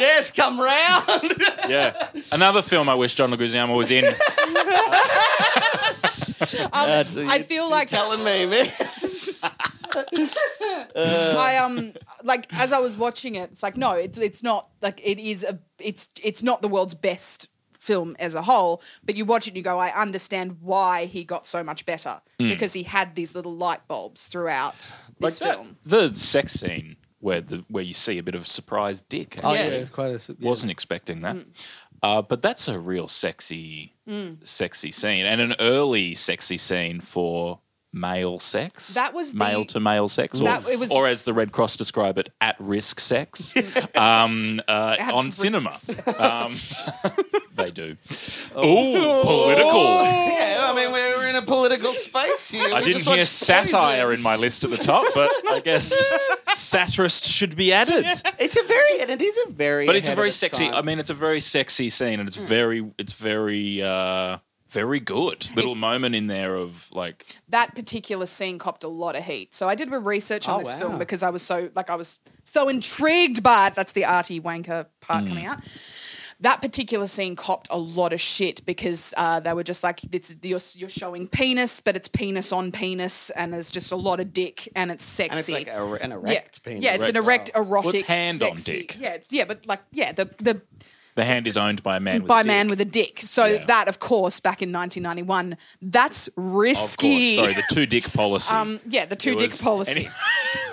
Speaker 3: yes, come round.
Speaker 6: yeah. Another film I wish John Leguizamo was in.
Speaker 2: um, I feel like
Speaker 3: telling me, man.
Speaker 2: I um like as I was watching it, it's like no, it's it's not like it is a it's it's not the world's best film as a whole. But you watch it and you go, I understand why he got so much better
Speaker 3: Hmm.
Speaker 2: because he had these little light bulbs throughout this
Speaker 6: that-
Speaker 2: film.
Speaker 6: the sex scene where the where you see a bit of surprised dick.
Speaker 3: Oh,
Speaker 2: yeah, Mm.
Speaker 3: yeah,
Speaker 2: Yeah.
Speaker 3: it's quite a.
Speaker 6: Wasn't expecting that. Uh, but that's a real sexy,
Speaker 2: Mm.
Speaker 6: sexy scene, and an early sexy scene for male sex.
Speaker 2: That was the-
Speaker 6: male to male sex, or,
Speaker 2: That- it was-
Speaker 6: or as the Red Cross describe it, at risk sex um, uh,
Speaker 2: At
Speaker 6: on
Speaker 2: risk
Speaker 6: cinema.
Speaker 2: sex.
Speaker 6: Um, they do. Oh, political!
Speaker 3: Yeah, I mean, we're, we're in a political space here.
Speaker 6: I
Speaker 3: We
Speaker 6: didn't
Speaker 3: just watched
Speaker 6: hear satire in my list at the top, but I guess satirist should be added.
Speaker 3: Poison. It's a very, and it is a very.
Speaker 6: but it's
Speaker 3: ahead
Speaker 6: a
Speaker 3: of
Speaker 6: very
Speaker 3: its
Speaker 6: sexy.
Speaker 3: time.
Speaker 6: I mean, it's a very sexy scene, and it's very, it's very, uh, very good. Little moment in there of like,
Speaker 2: That particular scene copped a lot of heat. So I did a bit of research on
Speaker 3: Oh,
Speaker 2: this
Speaker 3: wow.
Speaker 2: film because I was so like I was so intrigued by it. That's the arty wanker
Speaker 6: Mm.
Speaker 2: part coming out. that particular scene copped a lot of shit because uh, they were just like, this, you're, you're showing penis, but it's penis on penis, and there's just a lot of dick, and it's
Speaker 3: and it's
Speaker 2: sexy.
Speaker 3: like a, an erect
Speaker 2: yeah.
Speaker 3: penis.
Speaker 2: yeah, it's an erect, erotic,
Speaker 6: Oh. Well, it's hand on
Speaker 2: sexy-
Speaker 6: dick.
Speaker 2: Yeah, it's, yeah, but like, yeah, the the
Speaker 6: the hand is owned by a man. With
Speaker 2: by
Speaker 6: a
Speaker 2: man
Speaker 6: dick.
Speaker 2: with a dick. So
Speaker 6: Yeah.
Speaker 2: that, of course, back in 1991, that's
Speaker 6: Of
Speaker 2: risky.
Speaker 6: course, sorry, the two dick policy.
Speaker 2: um, yeah, the two
Speaker 6: It
Speaker 2: dick
Speaker 6: was-
Speaker 2: policy.
Speaker 6: any-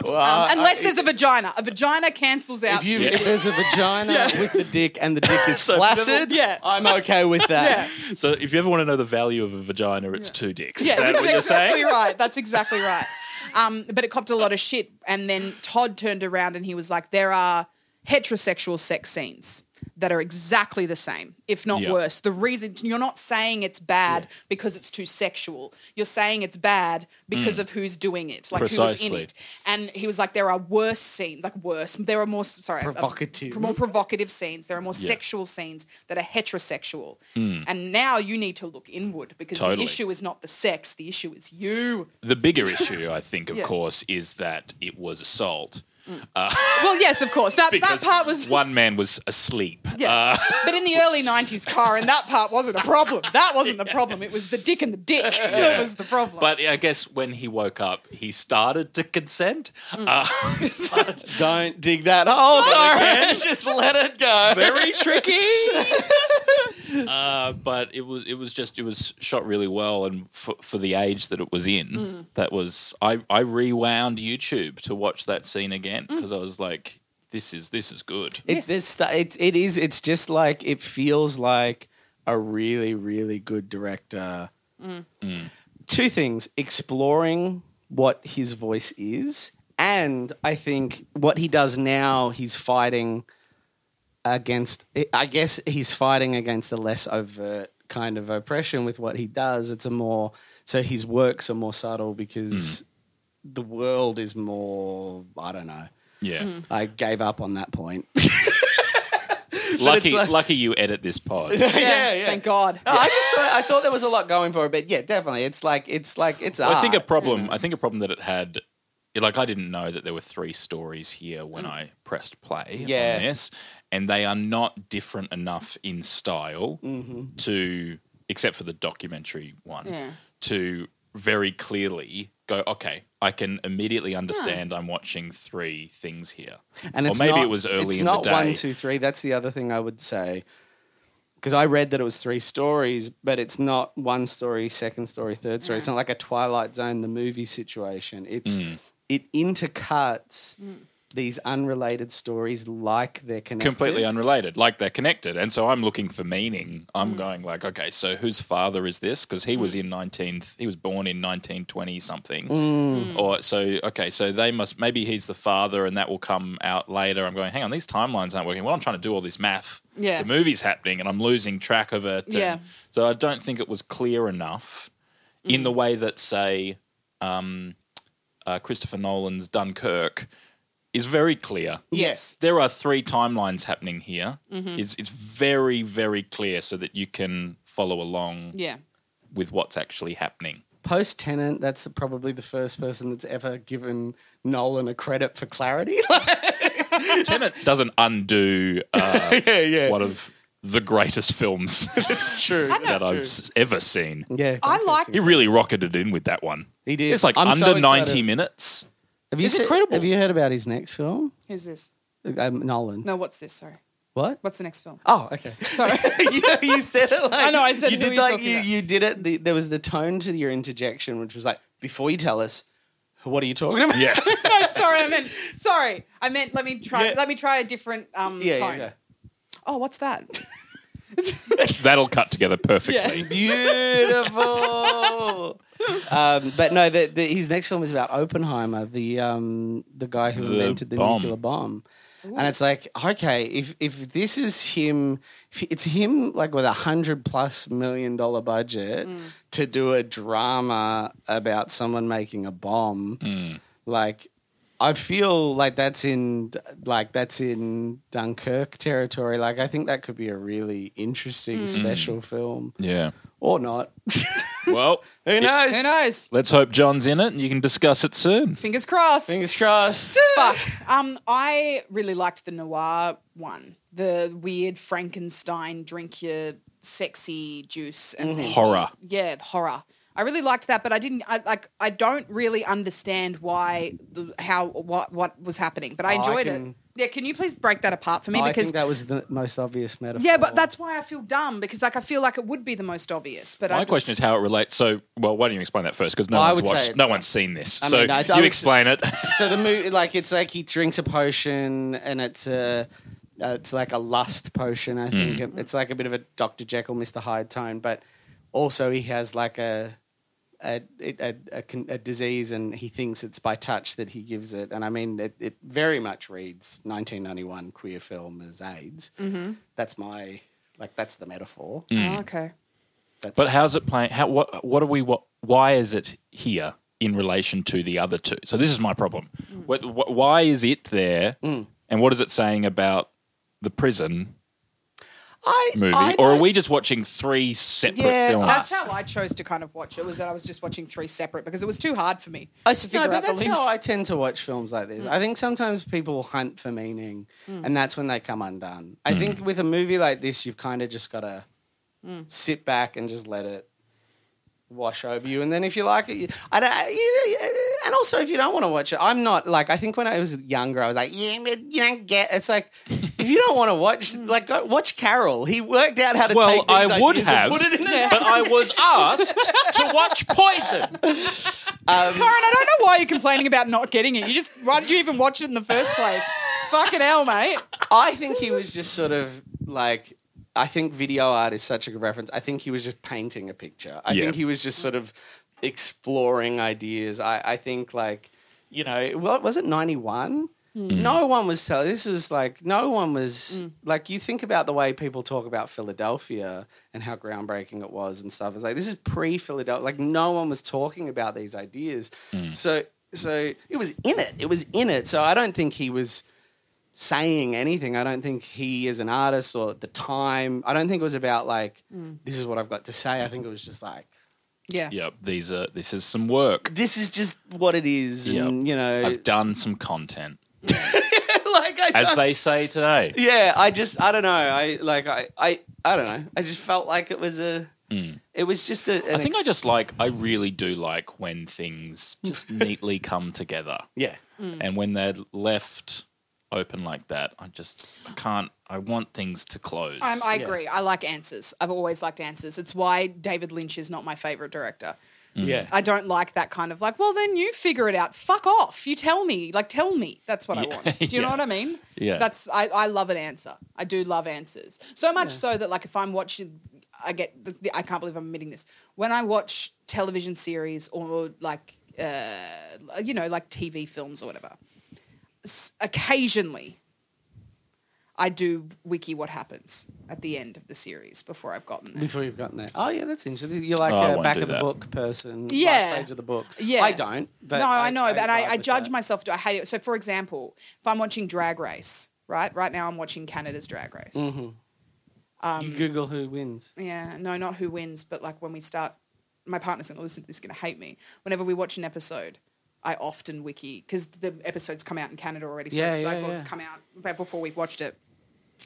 Speaker 2: Um, unless there's a vagina, a vagina cancels out.
Speaker 3: If, you,
Speaker 6: Yeah.
Speaker 3: if there's a vagina with the dick and the dick is
Speaker 6: So if you never-
Speaker 3: flaccid,
Speaker 2: Yeah.
Speaker 3: I'm okay with that.
Speaker 6: so if you ever want to know the value of a vagina, it's two dicks.
Speaker 2: Yeah,
Speaker 6: Is that
Speaker 2: that's
Speaker 6: what you're
Speaker 2: exactly
Speaker 6: saying?
Speaker 2: right. That's exactly right. Um, but it copped a lot of shit. And then Todd turned around and he was like, there are heterosexual sex scenes that are exactly the same, if not
Speaker 6: Yeah.
Speaker 2: worse. The reason you're not saying it's bad because it's too sexual. You're saying it's bad because of who's doing it, like who was in
Speaker 6: Mm. Precisely.
Speaker 2: it. And he was like, there are worse scenes, like worse. There are more sorry, uh,
Speaker 3: Provocative.
Speaker 2: more provocative scenes. There are more sexual scenes that are heterosexual. And now you need to look inward because the
Speaker 6: Hmm. Totally.
Speaker 2: issue is not the sex. The issue is you.
Speaker 6: The bigger issue, I think, of
Speaker 2: Yeah.
Speaker 6: course, is that it was assault. Uh,
Speaker 2: Well, yes, of course. That that
Speaker 6: because
Speaker 2: part was
Speaker 6: one man was asleep.
Speaker 2: Yeah.
Speaker 6: Uh,
Speaker 2: but in the early 90s, car and that part wasn't a problem. That wasn't the problem. It was the dick and the dick that
Speaker 6: Yeah.
Speaker 2: was the problem.
Speaker 6: but I guess when he woke up, he started to consent. Uh,
Speaker 3: Hmm. Don't dig that hole, Lauren.
Speaker 6: again.
Speaker 3: Just let it go.
Speaker 6: Very tricky. uh, but it was it was just it was shot really well, and for, for the age that it was in,
Speaker 3: Hmm.
Speaker 6: that was I I rewound YouTube to watch that scene again
Speaker 3: Hmm.
Speaker 6: because I was like, this is this is good.
Speaker 3: It, there's stu- it, it is. It's just like it feels like a really, really good director. Two things: exploring what his voice is, and I think what he does now, he's fighting against. I guess he's fighting against a less overt kind of oppression with what he does. It's a more so his works are more subtle because the world is more. I don't know.
Speaker 6: Yeah,
Speaker 3: I gave up on that point.
Speaker 6: lucky
Speaker 3: like-
Speaker 6: lucky you edit this pod.
Speaker 3: yeah, yeah.
Speaker 2: Thank God.
Speaker 3: No, I just thought, I thought there was a lot going for it, but yeah, definitely, it's like it's like it's.
Speaker 6: Well, I think a
Speaker 3: art.
Speaker 6: problem. I think a problem that it had. Like I didn't know that there were three stories here when I pressed play
Speaker 3: Yeah.
Speaker 6: on this, and they are not different enough in style to, except for the documentary one,
Speaker 2: Yeah.
Speaker 6: to very clearly go. Okay, I can immediately understand. I'm watching three things here,
Speaker 3: and
Speaker 6: or
Speaker 3: it's
Speaker 6: maybe
Speaker 3: not-
Speaker 6: it was early
Speaker 3: It's
Speaker 6: in
Speaker 3: not
Speaker 6: the day.
Speaker 3: one, two, three. That's the other thing I would say, because I read that it was three stories, but it's not one story, second story, third story. It's not like a Twilight Zone the movie situation. It's
Speaker 6: Hmm.
Speaker 3: it intercuts these unrelated stories like they're connected.
Speaker 6: completely unrelated like they're connected and so i'm looking for meaning i'm going like okay so whose father is this because he was in 19th he was born in 1920 something
Speaker 2: Hmm.
Speaker 6: or so okay so they must maybe he's the father and that will come out later i'm going hang on these timelines aren't working well i'm trying to do all this math
Speaker 2: Yeah.
Speaker 6: the movie's happening and i'm losing track of it and-
Speaker 2: Yeah.
Speaker 6: so i don't think it was clear enough
Speaker 2: Hmm.
Speaker 6: in the way that say um, uh, christopher nolan's dunkirk is very clear
Speaker 2: yes.
Speaker 6: there are three timelines happening here.
Speaker 3: Mm-hmm.
Speaker 6: It's it's very very clear so that you can follow along
Speaker 2: Yeah.
Speaker 6: with what's actually happening.
Speaker 3: post tenant that's probably the first person that's ever given nolan a credit for clarity Like,
Speaker 6: Tenet doesn't undo uh,
Speaker 3: yeah yeah
Speaker 6: one of the greatest films
Speaker 3: it's true
Speaker 6: that I've s- ever seen.
Speaker 3: yeah
Speaker 2: I like
Speaker 6: He really rocketed in with that one.
Speaker 3: he did
Speaker 6: It's like
Speaker 3: I'm so
Speaker 6: under ninety
Speaker 3: excited.
Speaker 6: minutes.
Speaker 3: have you
Speaker 6: It's
Speaker 3: se-
Speaker 6: incredible.
Speaker 3: have you heard about his next film
Speaker 2: Who's this?
Speaker 3: um, nolan
Speaker 2: No, what's this? Sorry.
Speaker 3: what
Speaker 2: What's the next film?
Speaker 3: oh okay
Speaker 2: Sorry.
Speaker 3: you, you said it like
Speaker 2: I know, I said
Speaker 3: you
Speaker 2: who
Speaker 3: did
Speaker 2: you're
Speaker 3: like
Speaker 2: talking
Speaker 3: you,
Speaker 2: about.
Speaker 3: you did it the, there was the tone to your interjection which was like before you tell us what are you talking about
Speaker 6: Yeah,
Speaker 2: no, sorry, I meant sorry. I meant let me try let me try a different um
Speaker 3: yeah,
Speaker 2: tone.
Speaker 3: yeah, yeah.
Speaker 2: Oh, what's that?
Speaker 6: that'll cut together perfectly.
Speaker 3: Beautiful. um, but no, the, the, his next film is about Oppenheimer, the um, the guy who
Speaker 6: The
Speaker 3: invented the
Speaker 6: bomb.
Speaker 3: nuclear bomb. And it's like, okay, if if this is him, if it's him like with a hundred plus million dollar budget to do a drama about someone making a bomb,
Speaker 6: Mm.
Speaker 3: like. I feel like that's in like that's in Dunkirk territory. Like I think that could be a really interesting special film
Speaker 6: Yeah.
Speaker 3: or not.
Speaker 6: Well,
Speaker 3: Who knows?
Speaker 2: Who knows?
Speaker 6: let's hope John's in it and you can discuss it soon.
Speaker 2: Fingers crossed.
Speaker 3: Fingers crossed.
Speaker 2: Fuck. Um, I really liked the noir one, the weird Frankenstein drink your sexy juice
Speaker 3: Mm-hmm.
Speaker 2: and then-
Speaker 6: Horror.
Speaker 2: yeah, the horror. I really liked that, but I didn't. I like. I don't really understand why, the, how, what, what was happening. But I
Speaker 3: Oh, I
Speaker 2: enjoyed it.
Speaker 3: can-
Speaker 2: Yeah, can you please break that apart for me?
Speaker 3: I
Speaker 2: because
Speaker 3: think that was the most obvious metaphor.
Speaker 2: yeah, but that's why I feel dumb because like I feel like it would be the most obvious. But I
Speaker 6: My
Speaker 2: just-
Speaker 6: question is how it relates. So, well, why don't you explain that first? Because no
Speaker 3: Well, I
Speaker 6: one's
Speaker 3: would say
Speaker 6: watched,
Speaker 3: it's
Speaker 6: no
Speaker 3: like-
Speaker 6: one's seen this.
Speaker 3: I
Speaker 6: so
Speaker 3: mean, I- I would
Speaker 6: you
Speaker 3: say-
Speaker 6: explain it.
Speaker 3: so the movie, like, it's like he drinks a potion, and it's a, uh, it's like a lust potion. I think it's like a bit of a Doctor Jekyll, Mister Hyde tone, but also he has like a. A, a, a, con- a disease, and he thinks it's by touch that he gives it. And I mean, it, it very much reads 1991 queer film as AIDS. Mm-hmm. That's my, like, that's the metaphor.
Speaker 2: Oh, okay.
Speaker 3: That's
Speaker 6: But how's it playing? How what what are we? What why is it here in relation to the other two? So this is my problem.
Speaker 3: Mm.
Speaker 6: What, wh- why is it there? And what is it saying about the prison?
Speaker 3: I,
Speaker 6: movie,
Speaker 3: I
Speaker 6: or are
Speaker 3: don't-
Speaker 6: we just watching three separate
Speaker 3: Yeah,
Speaker 6: films?
Speaker 2: That's how I chose to kind of watch it. Was that I was just watching three separate because it was too hard for me.
Speaker 3: I
Speaker 2: to
Speaker 3: s- no,
Speaker 2: figure
Speaker 3: but
Speaker 2: out the
Speaker 3: that's
Speaker 2: links.
Speaker 3: how I tend to watch films like this. I think sometimes people hunt for meaning,
Speaker 2: Mm.
Speaker 3: and that's when they come undone. I
Speaker 6: Mm.
Speaker 3: think with a movie like this, you've kind of just got to
Speaker 2: Mm.
Speaker 3: sit back and just let it wash over you. And then if you like it, you, I don't, you, and also if you don't want to watch it, I'm not like I think when I was younger, I was like, yeah, but you don't get. It's like if you don't want to watch,
Speaker 2: Mm.
Speaker 3: like go, watch Carol. He worked out how to
Speaker 6: well,
Speaker 3: take these
Speaker 6: I would
Speaker 3: ideas and
Speaker 6: have,
Speaker 3: put it in an
Speaker 6: but I was asked to watch Poison.
Speaker 2: Corin, I don't know why you're complaining about not getting it. You just why did you even watch it in the first place? Fucking hell, mate.
Speaker 3: I think he was just sort of like. I think video art is such a good reference. I think he was just painting a picture. I
Speaker 6: Yeah.
Speaker 3: think he was just sort of exploring ideas. I, I think like, you know, what was it ninety one? No one was telling. This was like no one was like. You think about the way people talk about Philadelphia and how groundbreaking it was and stuff. It's like this is pre Philadelphia. Like no one was talking about these ideas. So so it was in it. It was in it. So I don't think he was saying anything. I don't think he is an artist or at the time. I don't think it was about like
Speaker 2: Mm.
Speaker 3: this is what I've got to say. I think it was just like
Speaker 2: Yeah.
Speaker 6: Yep, these are this is some work.
Speaker 3: this is just what it is,
Speaker 6: Yep.
Speaker 3: and you know,
Speaker 6: I've done some content,
Speaker 3: like I
Speaker 6: as
Speaker 3: don't-
Speaker 6: they say today.
Speaker 3: yeah. I just I don't know. I like I I I don't know. I just felt like it was a. It was just a.
Speaker 6: Mm. I think I just like. I really do like when things just neatly come together,
Speaker 3: yeah.
Speaker 2: Mm.
Speaker 6: and when they're left open like that, I just I can't. I want things to close.
Speaker 2: Um, I
Speaker 3: Yeah.
Speaker 2: agree. I like answers. I've always liked answers. It's why David Lynch is not my favorite director.
Speaker 3: Yeah.
Speaker 2: I don't like that kind of like, well, then you figure it out. Fuck off. You tell me. Like, tell me. That's what I
Speaker 6: Yeah.
Speaker 2: want. Do you know
Speaker 6: Yeah.
Speaker 2: what I mean?
Speaker 6: Yeah.
Speaker 2: That's, I, I love an answer. I do love answers. So much so that, like, if I'm watching, I get, the, the- I can't believe I'm admitting this. When I watch television series or like, uh, you know, like TV films or whatever, s- occasionally I do wiki what happens at the end of the series before I've gotten there.
Speaker 3: Before you've gotten there. Oh yeah, that's interesting. You're like
Speaker 6: Oh, I
Speaker 3: a
Speaker 6: won't
Speaker 3: back
Speaker 6: do
Speaker 3: of the
Speaker 6: that.
Speaker 3: book person.
Speaker 2: Yeah.
Speaker 3: Last page of the book.
Speaker 2: Yeah.
Speaker 3: I don't. But
Speaker 2: no, I, know, but I,
Speaker 3: vibe
Speaker 2: I
Speaker 3: with
Speaker 2: judge
Speaker 3: that.
Speaker 2: myself. Do I hate it? So, for example, if I'm watching Drag Race, right? Right now, I'm watching Canada's Drag Race.
Speaker 3: Mm.
Speaker 2: um,
Speaker 3: you Google who wins.
Speaker 2: Yeah, no, not who wins, but like when we start, my partner's going to listen to this, going to hate me. Whenever we watch an episode, I often wiki because the episodes come out in Canada already. So
Speaker 3: Yeah,
Speaker 2: it's like,
Speaker 3: yeah,
Speaker 2: well, it's
Speaker 3: yeah.
Speaker 2: come out right before we've watched it.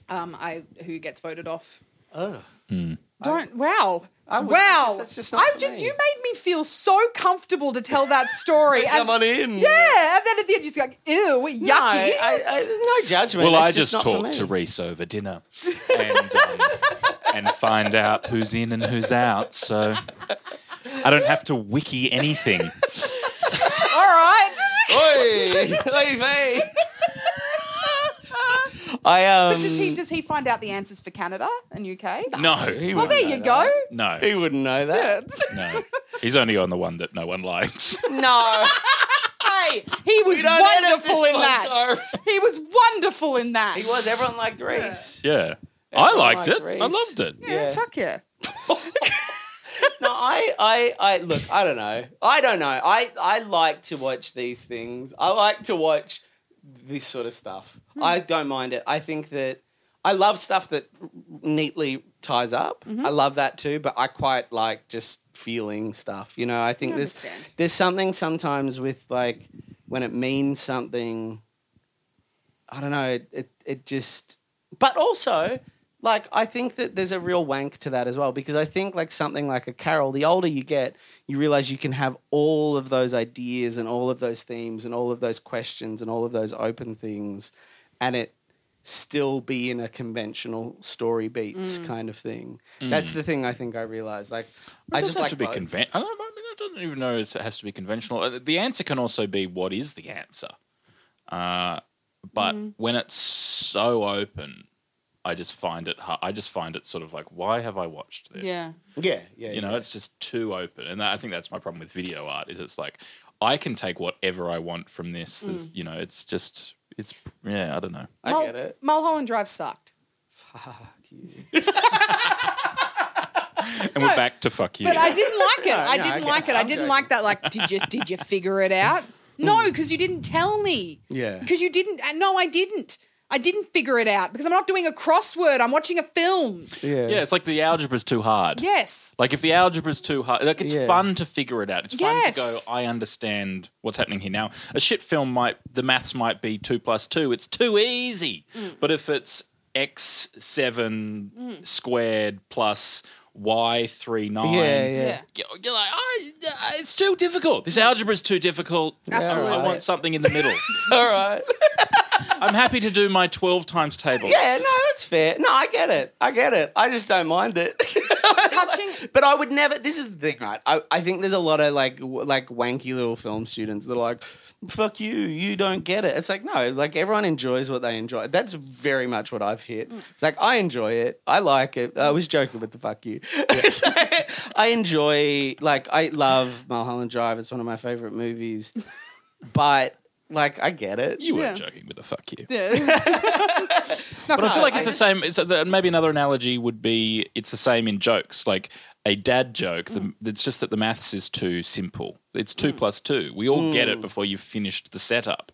Speaker 2: Um, I who gets voted off.
Speaker 3: Oh.
Speaker 2: Don't wow.
Speaker 3: I would-
Speaker 2: wow.
Speaker 3: that's- that's just not
Speaker 2: I
Speaker 3: for
Speaker 2: just
Speaker 3: me.
Speaker 2: you made me feel so comfortable to tell that story. and-
Speaker 3: Come on in.
Speaker 2: Yeah, and then at the end you just go, like, ew, yucky.
Speaker 3: No, I, I, no judgment.
Speaker 6: well, I
Speaker 3: It's
Speaker 6: just,
Speaker 3: not for
Speaker 6: talk to
Speaker 3: me.
Speaker 6: Reese over dinner, and um, and find out who's in and who's out. So I don't have to wiki anything.
Speaker 2: All right.
Speaker 3: Oi, Oi, vey. I um.
Speaker 2: does he does he find out the answers for Canada and UK?
Speaker 6: No, he
Speaker 2: Well,
Speaker 6: wouldn't.
Speaker 2: there you go.
Speaker 6: No,
Speaker 3: He wouldn't know that.
Speaker 6: no, he's only on the one that no one likes.
Speaker 3: no.
Speaker 2: Hey, he was
Speaker 3: don't edit this
Speaker 2: wonderful in
Speaker 3: one,
Speaker 2: that.
Speaker 3: Caro.
Speaker 2: He was wonderful in that.
Speaker 3: He was. Everyone liked Reese.
Speaker 6: Yeah, I
Speaker 3: Everyone
Speaker 6: liked
Speaker 3: liked
Speaker 6: it.
Speaker 3: Reese.
Speaker 6: I loved it.
Speaker 2: Yeah, fuck yeah.
Speaker 3: No, I, I, I look. I don't know. I don't know. I, I like to watch these things. I like to watch this sort of stuff. I don't mind it. I think that I love stuff that neatly ties up. I love that too. But I quite like just feeling stuff. You know, I think there's
Speaker 2: understand.
Speaker 3: there's something sometimes with like when it means something. I don't know. It, it, it just. But also, like, I think that there's a real wank to that as well because I think, like, something like a carol, the older you get, you realize you can have all of those ideas and all of those themes and all of those questions and all of those open things and it still be in a conventional story beats kind of thing. That's the thing I think I realized. Like,
Speaker 6: It
Speaker 3: I
Speaker 6: doesn't
Speaker 3: just
Speaker 6: Mm. have
Speaker 3: like
Speaker 6: to be
Speaker 3: both.
Speaker 6: conventional. I, don't- I mean, I don't even know if it has to be conventional. Uh, The answer can also be what is the answer. Uh, but
Speaker 3: Mm.
Speaker 6: when it's so open, I just find it. har- I just find it sort of like, why have I watched this?
Speaker 2: Yeah.
Speaker 3: Yeah, yeah.
Speaker 6: you know, it's just too open, and that, I think that's my problem with video art. Is it's like I can take whatever I want from this.
Speaker 3: Mm.
Speaker 6: There's, you know, it's just, it's yeah, I don't know.
Speaker 3: I
Speaker 2: Mul-
Speaker 3: get it.
Speaker 2: Mulholland Drive sucked.
Speaker 6: And we're back to fuck you.
Speaker 2: But I didn't like it. I
Speaker 3: no,
Speaker 2: didn't
Speaker 3: I get
Speaker 2: like
Speaker 3: it.
Speaker 2: it. I
Speaker 3: I'm
Speaker 2: didn't
Speaker 3: joking. Hmm.
Speaker 2: like that. Like, did you did you figure it out? No, because you didn't tell me.
Speaker 3: Yeah.
Speaker 2: Because you didn't. uh, No, I didn't. I didn't figure it out because I'm not doing a crossword. I'm watching a film.
Speaker 6: Yeah. it's like the algebra's too hard.
Speaker 2: Yes.
Speaker 6: Like if the algebra's too hard, like it's
Speaker 2: Yeah.
Speaker 6: fun to figure it out. It's fun
Speaker 2: Yes.
Speaker 6: to go. I understand what's happening here now. A shit film might the maths might be two plus two. It's too easy. But if it's x seven
Speaker 3: Mm.
Speaker 6: squared plus y three nine,
Speaker 3: Yeah, yeah.
Speaker 6: you're- You're like, oh, it's too difficult. This algebra's too difficult.
Speaker 3: Absolutely.
Speaker 6: I want something in the middle.
Speaker 3: All right.
Speaker 6: I'm happy to do my twelve times tables.
Speaker 3: Yeah, no, that's fair. No, I get it. I get it. I just don't mind it. Touching, but I would never. This is the thing, right? I, I think there's a lot of like w- like wanky little film students that are like, "Fuck you, you don't get it." It's like no, like everyone enjoys what they enjoy. That's very much what I've hit. It's like I enjoy it. I like it. I was joking with the "fuck you." It's like, I enjoy like I love Mulholland Drive. It's one of my favorite movies, but. Like I get it.
Speaker 6: You weren't
Speaker 2: Yeah.
Speaker 6: joking with the fuck you.
Speaker 2: No,
Speaker 6: but I feel like it's
Speaker 2: I
Speaker 6: the
Speaker 2: just-
Speaker 6: same. It's uh, maybe another analogy would be it's the same in jokes, like a dad joke. The,
Speaker 3: Mm.
Speaker 6: It's just that the maths is too simple. It's two plus two. We all get it
Speaker 3: Mm.
Speaker 6: before you've finished the setup.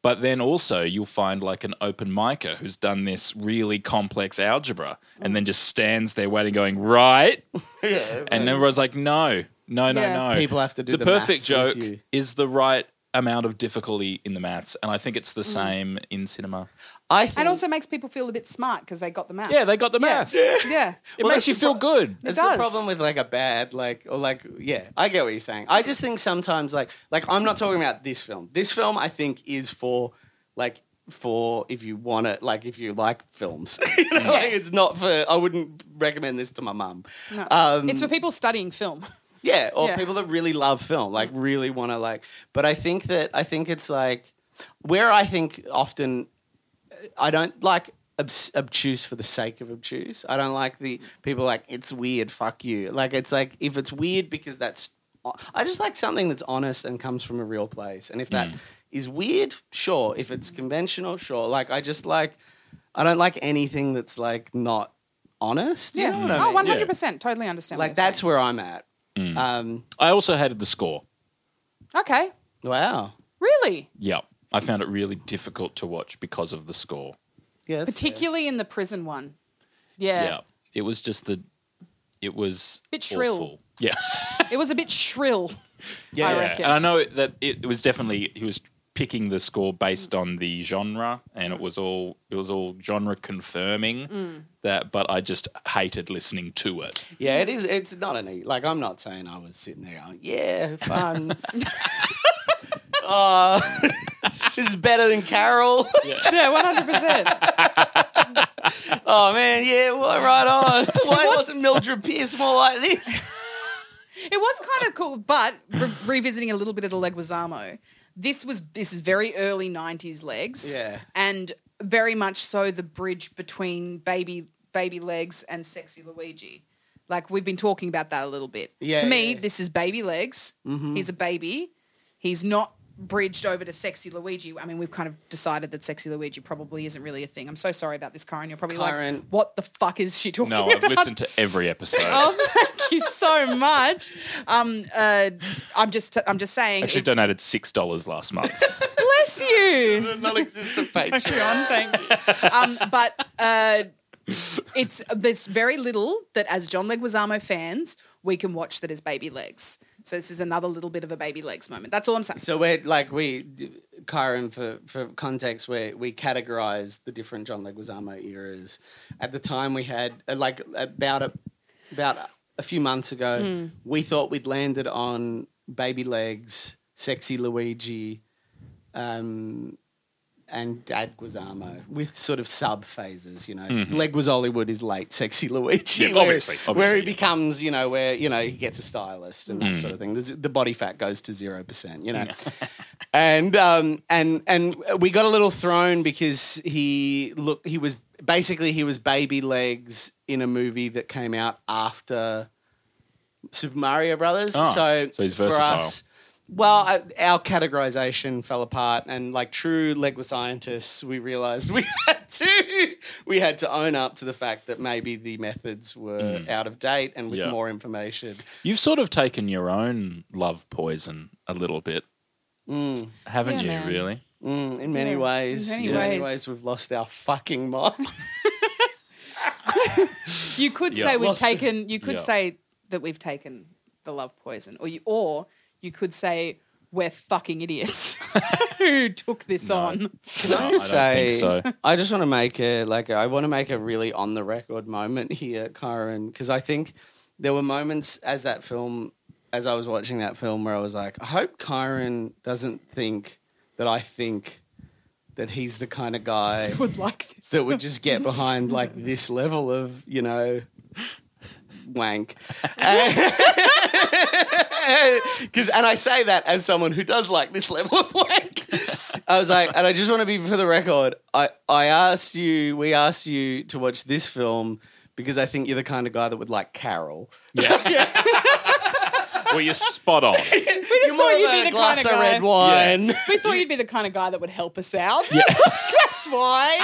Speaker 6: But then also you'll find like an open micer who's done this really complex algebra and then just stands there waiting, going right,
Speaker 3: Mm. Yeah,
Speaker 6: and everyone's like, no, no, no,
Speaker 3: Yeah.
Speaker 6: no.
Speaker 3: People have to do the
Speaker 6: perfect
Speaker 3: maths with
Speaker 6: joke
Speaker 3: you.
Speaker 6: is the right amount of difficulty in the maths, and I think it's
Speaker 3: Mm.
Speaker 6: the same in cinema.
Speaker 3: I
Speaker 2: and also makes people feel a bit smart because they got the math.
Speaker 6: Yeah, they got the math.
Speaker 2: Yeah.
Speaker 6: It makes you feel good.
Speaker 2: It
Speaker 3: It's
Speaker 2: does.
Speaker 3: the problem with like a bad like or like yeah, I get what you're saying. I just think sometimes like like I'm not talking about this film. This film I think is for like for if you want it like if you like films. you know, like it's not for I wouldn't recommend this to my mum.
Speaker 2: No.
Speaker 3: Um,
Speaker 2: it's for people studying film.
Speaker 3: Yeah, or
Speaker 2: Yeah. Mm-hmm.
Speaker 3: people that really love film, like really want to like. But I think that I think it's like where I think often I don't like obs- obtuse for the sake of obtuse. I don't like the
Speaker 2: Mm-hmm.
Speaker 3: people like it's weird. Fuck you. Like it's like if it's weird because that's I just like something that's honest and comes from a real place. And if that is
Speaker 2: Mm.
Speaker 3: weird, sure. If it's conventional, sure. Like I just like I don't like anything that's like not honest. You
Speaker 2: Yeah.
Speaker 3: know what I
Speaker 2: Oh,
Speaker 3: mean?
Speaker 2: 100%. Totally understand.
Speaker 3: Like
Speaker 2: what you're
Speaker 3: that's where I'm at.
Speaker 2: Mm.
Speaker 3: Um,
Speaker 6: I also hated the score.
Speaker 2: saying. Okay.
Speaker 3: Wow.
Speaker 2: Really?
Speaker 6: Yeah. I found it really difficult to watch because of the score.
Speaker 3: Yeah.
Speaker 2: Particularly in the prison one. Yeah.
Speaker 6: It was just the it was
Speaker 2: Bit shrill.
Speaker 6: awful. Yeah.
Speaker 2: It was a bit shrill.
Speaker 6: Yeah.
Speaker 2: I
Speaker 6: yeah.
Speaker 2: reckon.
Speaker 6: And I know that it, it was definitely he was picking the score based on the genre and it was all it was all genre confirming
Speaker 3: Mm.
Speaker 6: that but I just hated listening to it.
Speaker 3: Yeah, it is. It's not an e Like I'm not saying I was sitting there going, "Yeah, fun." uh, this is better than Carol.
Speaker 2: Yeah, 100%.
Speaker 3: oh man, yeah, well, right on. Why wasn't Mildred Pierce more like this?
Speaker 2: It was kind of cool, but re- revisiting a little bit of the Leguizamo, this was this is very early '90s legs,
Speaker 3: Yeah.
Speaker 2: and very much so the bridge between baby baby legs and sexy Luigi. Like we've been talking about that a little bit.
Speaker 3: Yeah,
Speaker 2: to me,
Speaker 3: yeah.
Speaker 2: this is baby legs.
Speaker 3: Mhm.
Speaker 2: He's a baby. He's not bridged over to sexy Luigi. I mean, we've kind of decided that sexy Luigi probably isn't really a thing. I'm so sorry about this, Karen. You're probably
Speaker 3: Karen.
Speaker 2: like, what the fuck is she talking
Speaker 6: No,
Speaker 2: about?
Speaker 6: I've listened to every episode.
Speaker 2: Oh, thank you so much. Um, uh, I'm just, I'm just saying.
Speaker 6: Actually donated six dollars last month.
Speaker 2: bless you.
Speaker 3: non-existent
Speaker 2: Patreon, thanks. Um, but uh, it's there's very little that as John Leguizamo fans we can watch that is baby legs. So this is another little bit of a baby legs moment. That's all I'm saying.
Speaker 3: So we're like we, Kyron, for for context, we we categorize the different John Leguizamo eras. At the time, we had uh, like about a, about a few months ago,
Speaker 2: Mm.
Speaker 3: we thought we'd landed on Baby Legs, Sexy Luigi, um, and Dad Guizamo with sort of sub phases. You know,
Speaker 6: Mhm.
Speaker 3: Leg was Hollywood is late, Sexy Luigi,
Speaker 6: Yeah,
Speaker 3: where- where
Speaker 6: obviously,
Speaker 3: he
Speaker 6: obviously, yeah.
Speaker 3: becomes, you know, where you know he gets a stylist and that
Speaker 6: Mm.
Speaker 3: sort of thing. The, the body fat goes to zero percent, you know. and um, and and we got a little thrown because he look he was basically he was baby legs in a movie that came out after Super Mario Brothers.
Speaker 6: Ah,
Speaker 3: so
Speaker 6: so he's
Speaker 3: for
Speaker 6: versatile.
Speaker 3: us. Well, I, our categorization fell apart, and like true Lego scientists, we realized we had to we had to own up to the fact that maybe the methods were out of date, and with
Speaker 6: Yeah.
Speaker 3: more information,
Speaker 6: You've sort of taken your own love poison a little bit,
Speaker 3: Mm.
Speaker 6: haven't
Speaker 2: Yeah,
Speaker 6: you,
Speaker 2: man.
Speaker 6: really?
Speaker 3: Mm, in many
Speaker 2: Yeah, in
Speaker 3: ways.
Speaker 2: many
Speaker 3: in many
Speaker 2: ways.
Speaker 3: ways, we've lost our fucking minds.
Speaker 2: You could
Speaker 3: Yeah.
Speaker 2: say we've
Speaker 3: Lost-
Speaker 2: taken. You could
Speaker 3: Yeah.
Speaker 2: say that we've taken the love poison, or you, or you could say we're fucking idiots who took this on.
Speaker 3: Can I just say, I just want to make a like I want to make a really on the record moment here, Kyron, because I think there were moments as that film, as I was watching that film, where I was like, I hope Kyron doesn't think that I think that he's the kind of guy
Speaker 2: would like this
Speaker 3: that would just get behind like this level of you know wank. Because and I say that as someone who does like this level of wank. I was like, and I just want to be for the record. I I asked you, we asked you to watch this film because I think you're the kind of guy that would like Carol.
Speaker 6: well, you're spot on.
Speaker 2: We just thought you'd be the kind of guy.
Speaker 3: red wine.
Speaker 2: We thought you'd be the kind of guy that would help us out. That's why.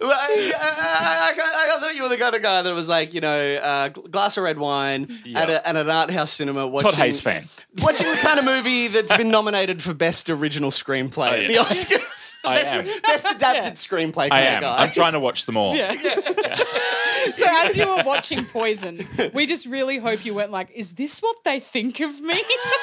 Speaker 3: Well, I, I, I- I- I thought you were the kind of guy that was like, you know, uh, gl- glass of red wine at, a, at an art house cinema watching.
Speaker 6: Todd Hayes fan.
Speaker 3: Watching the kind of movie that's been nominated for best original screenplay
Speaker 6: Oh,
Speaker 3: at the
Speaker 6: yeah.
Speaker 3: Oscars.
Speaker 6: I
Speaker 3: best,
Speaker 6: am.
Speaker 3: best adapted screenplay kind
Speaker 6: I
Speaker 3: of
Speaker 6: am.
Speaker 3: guy.
Speaker 6: I'm trying to watch them all.
Speaker 2: Yeah. So as you were watching Poison, we just really hope you weren't like, "Is this what they think of me?"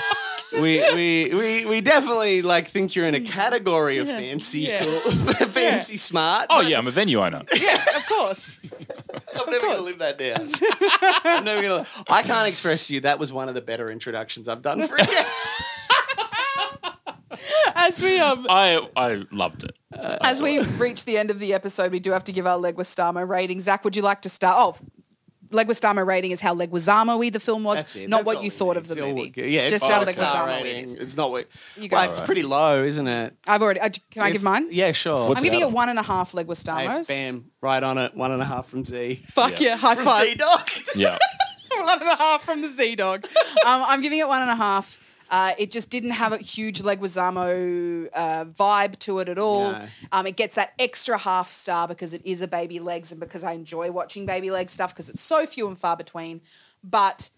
Speaker 3: we, we, we, we definitely like think you're in a category of fancy,
Speaker 2: Yeah.
Speaker 3: cool, fancy smart.
Speaker 6: Oh yeah, I'm a venue owner.
Speaker 2: yeah, of course.
Speaker 3: I'm never going to live that down. I'm never gonna, I can't express to you that was one of the better introductions I've done for a guest.
Speaker 2: As we um,
Speaker 6: I I loved it.
Speaker 2: As we reach the end of the episode, we do have to give our Leguizamo rating. Zach, would you like to start? Oh, Leguizamo rating is how Leguizamo we the film was,
Speaker 3: That's it.
Speaker 2: not
Speaker 3: That's
Speaker 2: what
Speaker 3: all
Speaker 2: you
Speaker 3: it
Speaker 2: thought of
Speaker 3: is.
Speaker 2: the
Speaker 3: It's all
Speaker 2: movie.
Speaker 3: good. Yeah,
Speaker 2: just
Speaker 3: it's
Speaker 2: how
Speaker 3: not a star
Speaker 2: Leguizamo
Speaker 3: rating.
Speaker 2: it is.
Speaker 3: It's not what.
Speaker 2: You go.
Speaker 3: Well, it's pretty low, isn't it?
Speaker 2: I've already. I, can I
Speaker 3: It's-
Speaker 2: give mine?
Speaker 3: Yeah, sure.
Speaker 6: What's
Speaker 2: I'm giving
Speaker 6: it
Speaker 2: you
Speaker 6: out
Speaker 2: one and a half
Speaker 3: Hey,
Speaker 2: Leguizamos.
Speaker 3: bam, right on it. One and a half from Z.
Speaker 2: Fuck yeah,
Speaker 6: Yeah.
Speaker 2: high
Speaker 3: From
Speaker 2: five.
Speaker 3: Z Doc.
Speaker 6: Yeah.
Speaker 2: one and a half from the Z Dog. Um, I'm giving it one and a half. Uh, it just didn't have a huge Leguizamo uh, vibe to it at all.
Speaker 3: No.
Speaker 2: Um, it gets that extra half star because it is a baby legs and because I enjoy watching baby legs stuff because it's so few and far between. But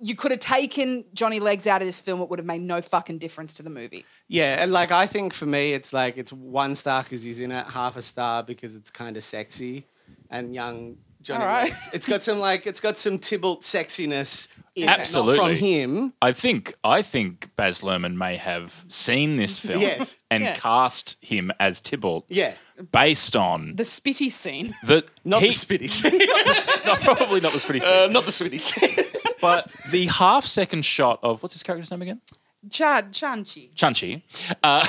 Speaker 2: you could have taken Johnny Legs out of this film; it would have made no fucking difference to the movie.
Speaker 3: Yeah, and like I think for me, it's like it's one star because he's in it, half a star because it's kind of sexy, and young Johnny.
Speaker 2: All right.
Speaker 3: Legs. It's got some like it's got some Tybalt sexiness. In it,
Speaker 6: Absolutely.
Speaker 3: not from him.
Speaker 6: I think I think Baz Luhrmann may have seen this film
Speaker 3: Mm-hmm. Yes.
Speaker 6: and
Speaker 2: Yeah.
Speaker 6: cast him as Tybalt
Speaker 3: Yeah,
Speaker 6: based on
Speaker 2: The spitty scene.
Speaker 6: the
Speaker 3: not
Speaker 6: he-
Speaker 3: the spitty scene.
Speaker 6: no, probably not was pretty sick,
Speaker 3: Uh, not the spitty scene.
Speaker 6: but the half second shot of what's his character's name again?
Speaker 2: Chad Chanchi.
Speaker 6: Chanchi. Uh,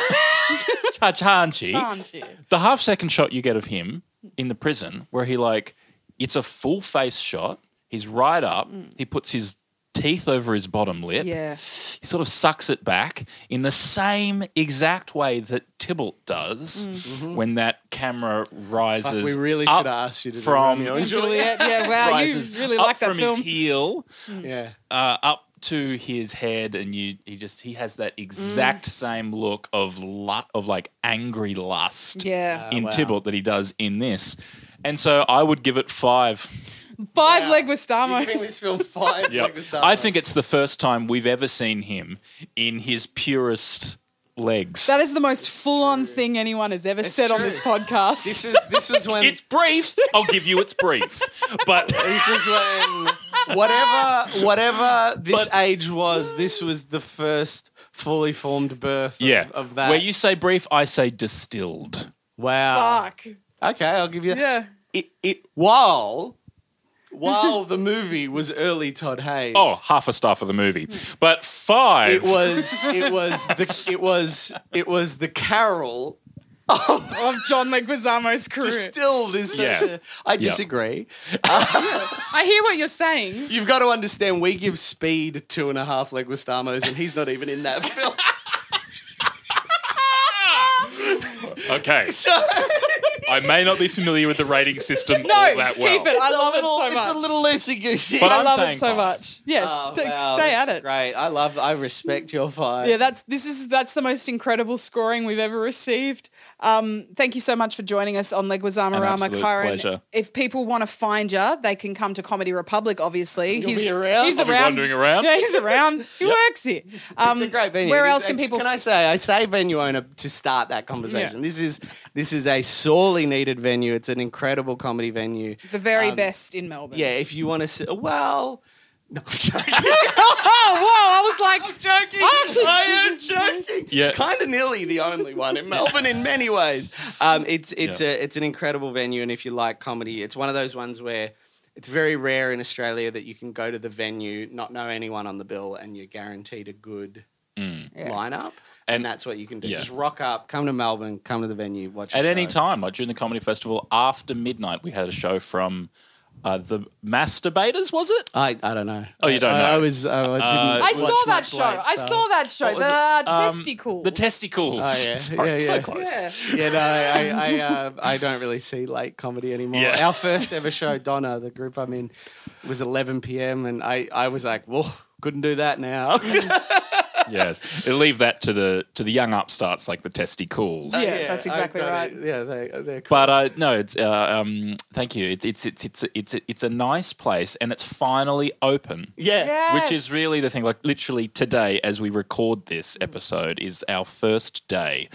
Speaker 6: Cha- Chanchi.
Speaker 2: Chanchi.
Speaker 6: the half second shot you get of him in the prison where he like it's a full face shot he's right up he puts his teeth over his bottom lip
Speaker 2: Mm. Yeah.
Speaker 6: he sort of sucks it back in the same exact way that Tybalt
Speaker 2: Mm.
Speaker 6: does when that camera rises
Speaker 3: we really
Speaker 6: up
Speaker 3: should ask you to do
Speaker 6: from
Speaker 3: Romeo and
Speaker 2: Juliet. Yeah, wow, you
Speaker 6: rises
Speaker 2: really
Speaker 6: up
Speaker 2: like that
Speaker 6: from
Speaker 2: film.
Speaker 6: his heel
Speaker 3: yeah.
Speaker 6: uh, up to his head, and you he just he has
Speaker 2: Mm.
Speaker 6: that exact same look of lu- of like angry lust,
Speaker 2: Yeah.
Speaker 6: in
Speaker 3: wow.
Speaker 6: Tybalt that he does in this. And so I would give it five.
Speaker 2: Five
Speaker 3: Wow.
Speaker 2: Leguizamos.
Speaker 3: You're giving this film five.
Speaker 6: Yeah,
Speaker 3: Leguizamo.
Speaker 6: I think it's the first time we've ever seen him in his purest legs.
Speaker 2: That is the most full on thing anyone has ever said on
Speaker 3: true.
Speaker 2: this podcast.
Speaker 3: This is this is when
Speaker 6: it's brief. I'll give you it's brief, but
Speaker 3: this is when whatever whatever this age was, this was the first fully formed birth. Of,
Speaker 6: yeah,
Speaker 3: of that.
Speaker 6: where you say brief, I say distilled.
Speaker 3: wow.
Speaker 2: Fuck.
Speaker 3: Okay, I'll give you. that.
Speaker 2: Yeah.
Speaker 3: It, it while while the movie was early Todd Hayes.
Speaker 6: Oh, half a star for the movie, but five.
Speaker 3: It was it was the it was it was the Carol
Speaker 2: Of John Leguizamo's career.
Speaker 3: distilled is such
Speaker 6: Yeah.
Speaker 3: a I disagree.
Speaker 2: I hear what you're saying.
Speaker 3: You've got to understand we give speed two and a half Leguistamo's and he's not even in that film.
Speaker 6: okay. I may not be familiar with the rating system
Speaker 2: No,
Speaker 6: all that
Speaker 2: just
Speaker 6: well.
Speaker 2: keep it. I love it
Speaker 3: little-
Speaker 2: so much.
Speaker 3: It's a little loosey goosey.
Speaker 6: But
Speaker 2: I
Speaker 6: I'm
Speaker 2: love it
Speaker 6: saying
Speaker 2: so
Speaker 6: five.
Speaker 2: much. Yes,
Speaker 3: Oh,
Speaker 2: t- stay at it.
Speaker 3: Great. I love. I respect your five.
Speaker 2: Yeah, that's this is that's the most incredible scoring we've ever received. Um, thank you so much for joining us on Leguizamo
Speaker 6: An
Speaker 2: Rama,
Speaker 6: absolute
Speaker 2: Kyron.
Speaker 6: pleasure.
Speaker 2: If people want to find you, they can come to Comedy Republic, obviously.
Speaker 3: You'll be around?
Speaker 2: He's
Speaker 3: I'll be
Speaker 2: around.
Speaker 3: wandering around.
Speaker 2: Yeah, he's around. He
Speaker 3: Yep.
Speaker 2: works here. Um,
Speaker 3: it's a great venue.
Speaker 2: Where
Speaker 3: It is
Speaker 2: else can
Speaker 3: actually-
Speaker 2: people
Speaker 3: Can I say? I say venue owner to start that conversation.
Speaker 2: Yeah.
Speaker 3: This is this is a sorely needed venue. It's an incredible comedy venue.
Speaker 2: the very
Speaker 3: Um,
Speaker 2: best in Melbourne.
Speaker 3: Yeah, if you want to, see, well, no, I'm joking.
Speaker 2: oh, whoa. I was like, I'm
Speaker 3: joking. I am joking.
Speaker 6: Yeah.
Speaker 3: kind of nearly the only one in Melbourne in many ways. Um, it's it's
Speaker 6: Yeah.
Speaker 3: a it's an incredible venue, and if you like comedy, it's one of those ones where. It's very rare in Australia that you can go to the venue, not know anyone on the bill, and you're guaranteed a good lineup. And, that's what you can do.
Speaker 6: Mm. Yeah.
Speaker 3: Just rock up, come to Melbourne, come to the venue, watch a
Speaker 6: At any
Speaker 3: show.
Speaker 6: time, like during the comedy festival after midnight, we had a show from uh, the Masturbators. Was it?
Speaker 3: I, I don't know.
Speaker 6: Oh, you don't
Speaker 3: I,
Speaker 6: know.
Speaker 3: I was. I didn't
Speaker 6: Uh,
Speaker 2: I
Speaker 3: watch
Speaker 2: saw that
Speaker 3: much
Speaker 2: show.
Speaker 3: late
Speaker 2: I
Speaker 3: stuff.
Speaker 2: saw that show.
Speaker 6: What
Speaker 2: The uh,
Speaker 6: was it? Um,
Speaker 2: testicles.
Speaker 6: The testicles.
Speaker 3: Oh, yeah.
Speaker 6: Sorry,
Speaker 3: Yeah,
Speaker 6: So
Speaker 3: yeah.
Speaker 6: close.
Speaker 2: Yeah.
Speaker 3: Yeah, no, I, I, uh, I don't really see late comedy anymore.
Speaker 6: Yeah.
Speaker 3: Our first ever show, Donna, the group I'm in, was 11 p.m. and I, I was like, whoa, couldn't do that now.
Speaker 6: yes. Leave that to the to the young upstarts like the testicles.
Speaker 2: Yeah, that's exactly
Speaker 3: I've Oh, got
Speaker 2: right.
Speaker 3: it. Yeah, they, they're cool.
Speaker 6: But uh, no, it's uh, um, thank you. It's it's it's it's it's it's a nice place, and it's finally open.
Speaker 3: yeah.
Speaker 6: Which is
Speaker 2: Yes.
Speaker 6: really the thing. Like literally today, as we record this episode, is our first day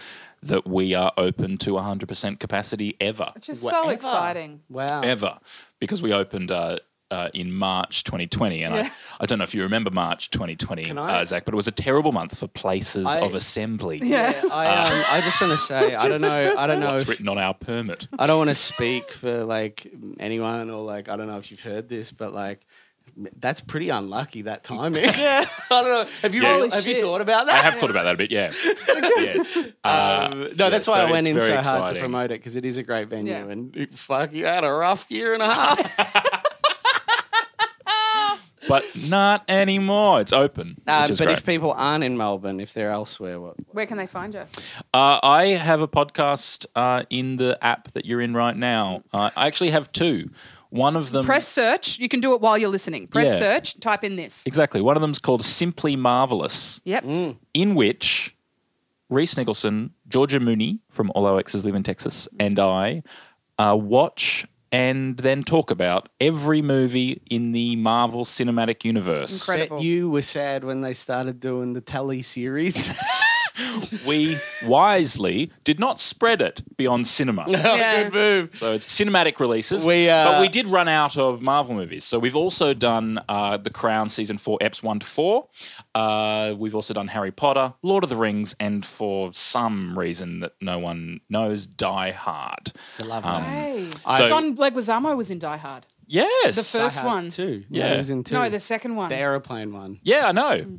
Speaker 6: that we are open to 100% capacity ever,
Speaker 2: Which is so
Speaker 3: Whatever.
Speaker 2: exciting.
Speaker 3: Wow.
Speaker 6: ever, because we opened. Uh, uh, in March 2020, and
Speaker 2: Yeah.
Speaker 6: I, I don't know if you remember March 2020,
Speaker 3: Can I-
Speaker 6: uh, Zach, but it was a terrible month for places
Speaker 3: I-
Speaker 6: of assembly.
Speaker 3: Yeah, I, um, I just want to say, I don't know, I don't know
Speaker 6: What's
Speaker 3: if
Speaker 6: Ah. written on our permit?
Speaker 3: I don't want to speak for like anyone or like I don't know if you've heard this, but like that's pretty unlucky that timing. yeah, I don't know. Have you
Speaker 6: Yeah.
Speaker 3: have
Speaker 6: Holy
Speaker 3: you thought about that?
Speaker 6: I have thought about that a bit, yeah. yes. Uh,
Speaker 3: Um, no, that's
Speaker 6: yeah,
Speaker 3: why
Speaker 6: so
Speaker 3: I went in
Speaker 6: it's
Speaker 3: so
Speaker 6: very
Speaker 3: hard to
Speaker 6: exciting.
Speaker 3: promote it because it is a great venue.
Speaker 2: Yeah.
Speaker 3: And it- fuck, you had a rough year and a half.
Speaker 6: but not anymore. It's open.
Speaker 3: Uh,
Speaker 6: which
Speaker 3: but
Speaker 6: is great.
Speaker 3: if people aren't in Melbourne, if they're elsewhere, what?
Speaker 2: Where can they find you?
Speaker 6: Uh, I have a podcast uh, in the app that you're in right now. Uh, I actually have two. One of them.
Speaker 2: Press search. You can do it while you're listening. Press
Speaker 6: Um, Yeah.
Speaker 2: search. Type in this.
Speaker 6: Exactly. One of them's called Simply Marvelous,
Speaker 2: Yep.
Speaker 3: Mm.
Speaker 6: in which Reese Nicholson, Georgia Mooney from All Our Exes Live in Texas, and I uh, watch and then talk about every movie in the Marvel Cinematic Universe.
Speaker 2: Incredible.
Speaker 3: Bet you were sad when they started doing the telly series.
Speaker 6: We wisely did not spread it beyond cinema.
Speaker 2: Yeah.
Speaker 3: Good move.
Speaker 6: So it's cinematic releases.
Speaker 3: We, uh,
Speaker 6: but we did run out of Marvel movies. So we've also done uh, The Crown season four, eps one to four. Uh, we've also done Harry Potter, Lord of the Rings, and for some reason that no one knows, Die Hard.
Speaker 3: I love that.
Speaker 2: Hey.
Speaker 6: I-
Speaker 2: John Leguizamo was in Die Hard.
Speaker 6: Yes.
Speaker 2: The first one.
Speaker 3: Two.
Speaker 6: Yeah.
Speaker 3: it was in two.
Speaker 2: No, the second one.
Speaker 3: the aeroplane one.
Speaker 6: Yeah, I know.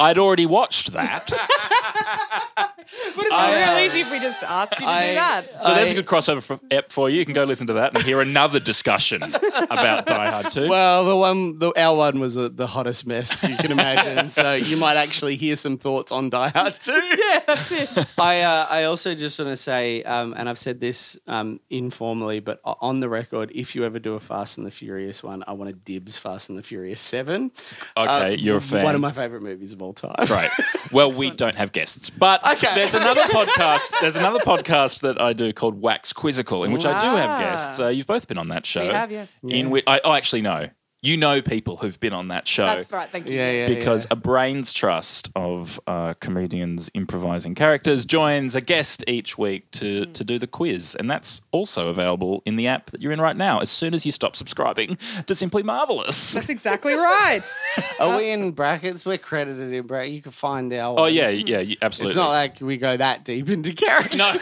Speaker 6: I'd already watched that. so
Speaker 2: Would have been
Speaker 6: uh,
Speaker 2: real easy if we just asked you to do that.
Speaker 6: there's a good crossover for, ep for you. You can go listen to that and hear another discussion about Die Hard 2.
Speaker 3: Well, the one, the our one was the, the hottest mess you can imagine. so you might actually hear some thoughts on Die Hard too.
Speaker 2: Yeah, that's it.
Speaker 3: I uh, I also just want to say, um, and I've said this um, informally, but o- on the record, if you ever do a Fast and the Furious one, I want to dibs Fast and the Furious Seven.
Speaker 6: okay, you're a fan.
Speaker 3: uh, One of my favorite movies of all time.
Speaker 6: Right. Well, we don't have guests, but there's another podcast. There's another podcast that I do called Wax Quizzical, in which I do have guests. Uh, you've both been on that show.
Speaker 2: Ah. We have, yeah.
Speaker 6: In which I oh, actually no, you know people who've been on that show.
Speaker 2: That's right. Thank you.
Speaker 3: Yeah, yeah.
Speaker 6: Because a brain's trust of uh, comedians improvising characters joins a guest each week
Speaker 2: Mm-hmm.
Speaker 6: to, to do the quiz. And that's also available in the app that you're in right now as soon as you stop subscribing to Simply Marvelous.
Speaker 2: That's exactly right.
Speaker 3: Are we in brackets? We're credited in brackets. You can find our.
Speaker 6: Oh, yeah,
Speaker 3: ones.
Speaker 6: yeah, you- absolutely.
Speaker 3: It's not like we go that deep into character.
Speaker 6: No.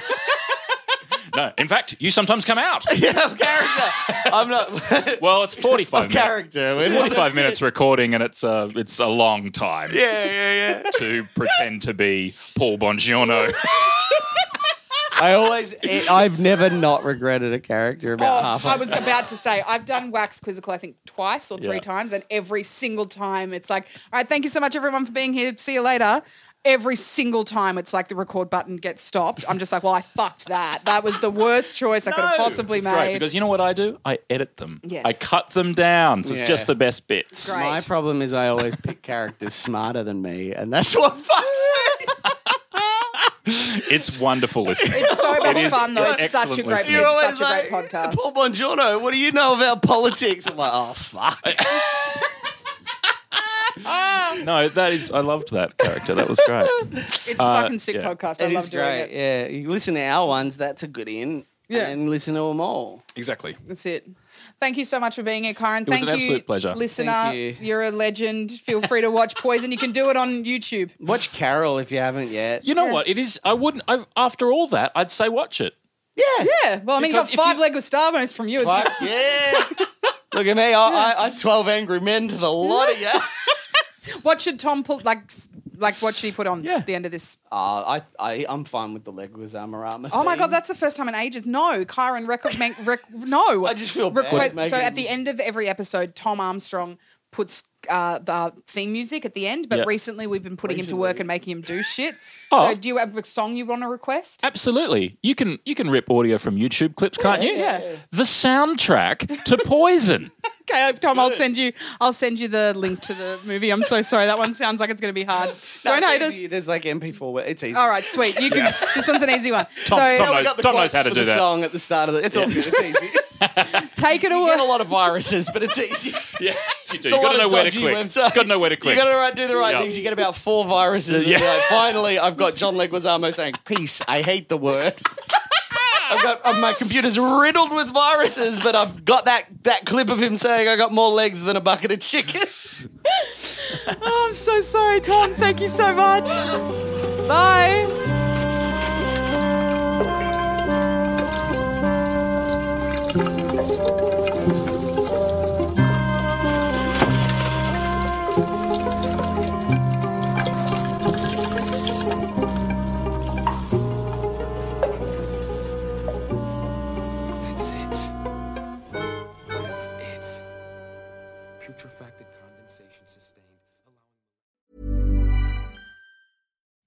Speaker 6: no. In fact, you sometimes come out.
Speaker 3: of character. I'm not.
Speaker 6: Well, it's 45
Speaker 3: of
Speaker 6: minutes.
Speaker 3: character. We're not-
Speaker 6: 45 minutes recording, and it's a, it's a long time
Speaker 3: Yeah, yeah, yeah.
Speaker 6: to pretend to be Paul Bongiorno.
Speaker 3: I always, I've never not regretted a character about
Speaker 2: Oh,
Speaker 3: half.
Speaker 2: I was about to say, I've done Wax Quizzical, I think, twice or three
Speaker 6: Yeah.
Speaker 2: times, and every single time it's like, all right, thank you so much, everyone, for being here. See you later. Every single time it's like the record button gets stopped. I'm just like, well, I fucked that. That was the worst choice I could have possibly
Speaker 6: it's
Speaker 2: made.
Speaker 6: great because you know what I do? I edit them.
Speaker 2: Yeah.
Speaker 6: I cut them down, so
Speaker 3: Yeah.
Speaker 6: it's just the best bits.
Speaker 2: Great.
Speaker 3: My problem is I always pick characters smarter than me, and that's what fucks me.
Speaker 6: It's wonderful listening.
Speaker 2: It's so much
Speaker 6: It is-
Speaker 2: fun, though.
Speaker 6: it's
Speaker 2: It's such a
Speaker 6: excellent
Speaker 2: great,
Speaker 6: listening.
Speaker 2: it's such a great podcast.
Speaker 3: Paul Bongiorno, what do you know about politics? I'm like, oh fuck.
Speaker 6: No, that is. I loved that character. That was great.
Speaker 2: It's a
Speaker 6: Uh,
Speaker 2: fucking sick
Speaker 6: yeah.
Speaker 2: podcast. I
Speaker 3: It
Speaker 2: love
Speaker 3: is
Speaker 2: doing
Speaker 3: great.
Speaker 2: it.
Speaker 3: Yeah, you listen to our ones. That's a good in.
Speaker 2: Yeah.
Speaker 3: and listen to them all.
Speaker 6: Exactly.
Speaker 2: That's it. Thank you so much for being here, Karen.
Speaker 6: was
Speaker 2: Thank
Speaker 6: an
Speaker 2: you,
Speaker 6: absolute pleasure.
Speaker 2: listener.
Speaker 3: Thank you.
Speaker 2: are a legend. Feel free to watch Poison. You can do it on YouTube.
Speaker 3: Watch Carol if you haven't yet.
Speaker 6: You know what? It is. I wouldn't. I, after all that, I'd say watch it.
Speaker 3: Yeah,
Speaker 2: Yeah. Well, I mean,
Speaker 3: Because
Speaker 2: you
Speaker 3: if
Speaker 2: got five leg of Starburns from you. It's
Speaker 3: Fuck, yeah. Look at me. I, I, I'm 12 angry men to the lot of you.
Speaker 2: What should Tom put like s- like what should he put on
Speaker 6: Yeah.
Speaker 2: at the end of this?
Speaker 3: Uh, I, I, I'm fine with the Leguizamarama.
Speaker 2: Oh my god, that's the first time in ages. No, Kyron record man, rec- no.
Speaker 3: I just feel bad
Speaker 2: Request-
Speaker 3: making-
Speaker 2: so at the end of every episode, Tom Armstrong puts uh, the theme music at the end. But
Speaker 6: Yeah.
Speaker 2: recently, we've been putting him to work and making him do shit.
Speaker 6: Oh.
Speaker 2: So do you have a song you want to request?
Speaker 6: Absolutely. You can you can rip audio from YouTube clips, can't you?
Speaker 2: yeah, yeah.
Speaker 6: The soundtrack to Poison.
Speaker 2: Okay, Tom, I'll send you. I'll send you the link to the movie. I'm so sorry. That one sounds like it's going to be hard. Don't hate us.
Speaker 3: There's like MP4. where- It's easy.
Speaker 2: All right, sweet. You can. This one's an easy one. so
Speaker 6: Tom- Tom knows-
Speaker 3: We got the
Speaker 6: Tom
Speaker 3: quotes
Speaker 6: knows how to
Speaker 3: for
Speaker 6: do
Speaker 3: the
Speaker 6: that.
Speaker 3: song at the start of the. It's all good. It's easy.
Speaker 2: take it
Speaker 3: you get a
Speaker 2: away.
Speaker 3: lot of viruses, but it's easy.
Speaker 6: yeah, you do.
Speaker 3: It's a
Speaker 6: You
Speaker 3: lot
Speaker 6: gotta know
Speaker 3: of
Speaker 6: where to
Speaker 3: dodgy
Speaker 6: click.
Speaker 3: websites.
Speaker 6: Gotta know where to click.
Speaker 3: You got to right, do the right
Speaker 6: Yeah.
Speaker 3: things. You get about four viruses. And
Speaker 6: Yeah.
Speaker 3: you're like, finally, I've got John Leguizamo saying, peace, I hate the word. I've got uh, my computer's riddled with viruses, but I've got that, that clip of him saying, I got more legs than a bucket of chicken.
Speaker 2: Oh, I'm so sorry, Tom. Thank you so much. Bye.
Speaker 8: That's it. That's it. Putrefacted condensation sustained.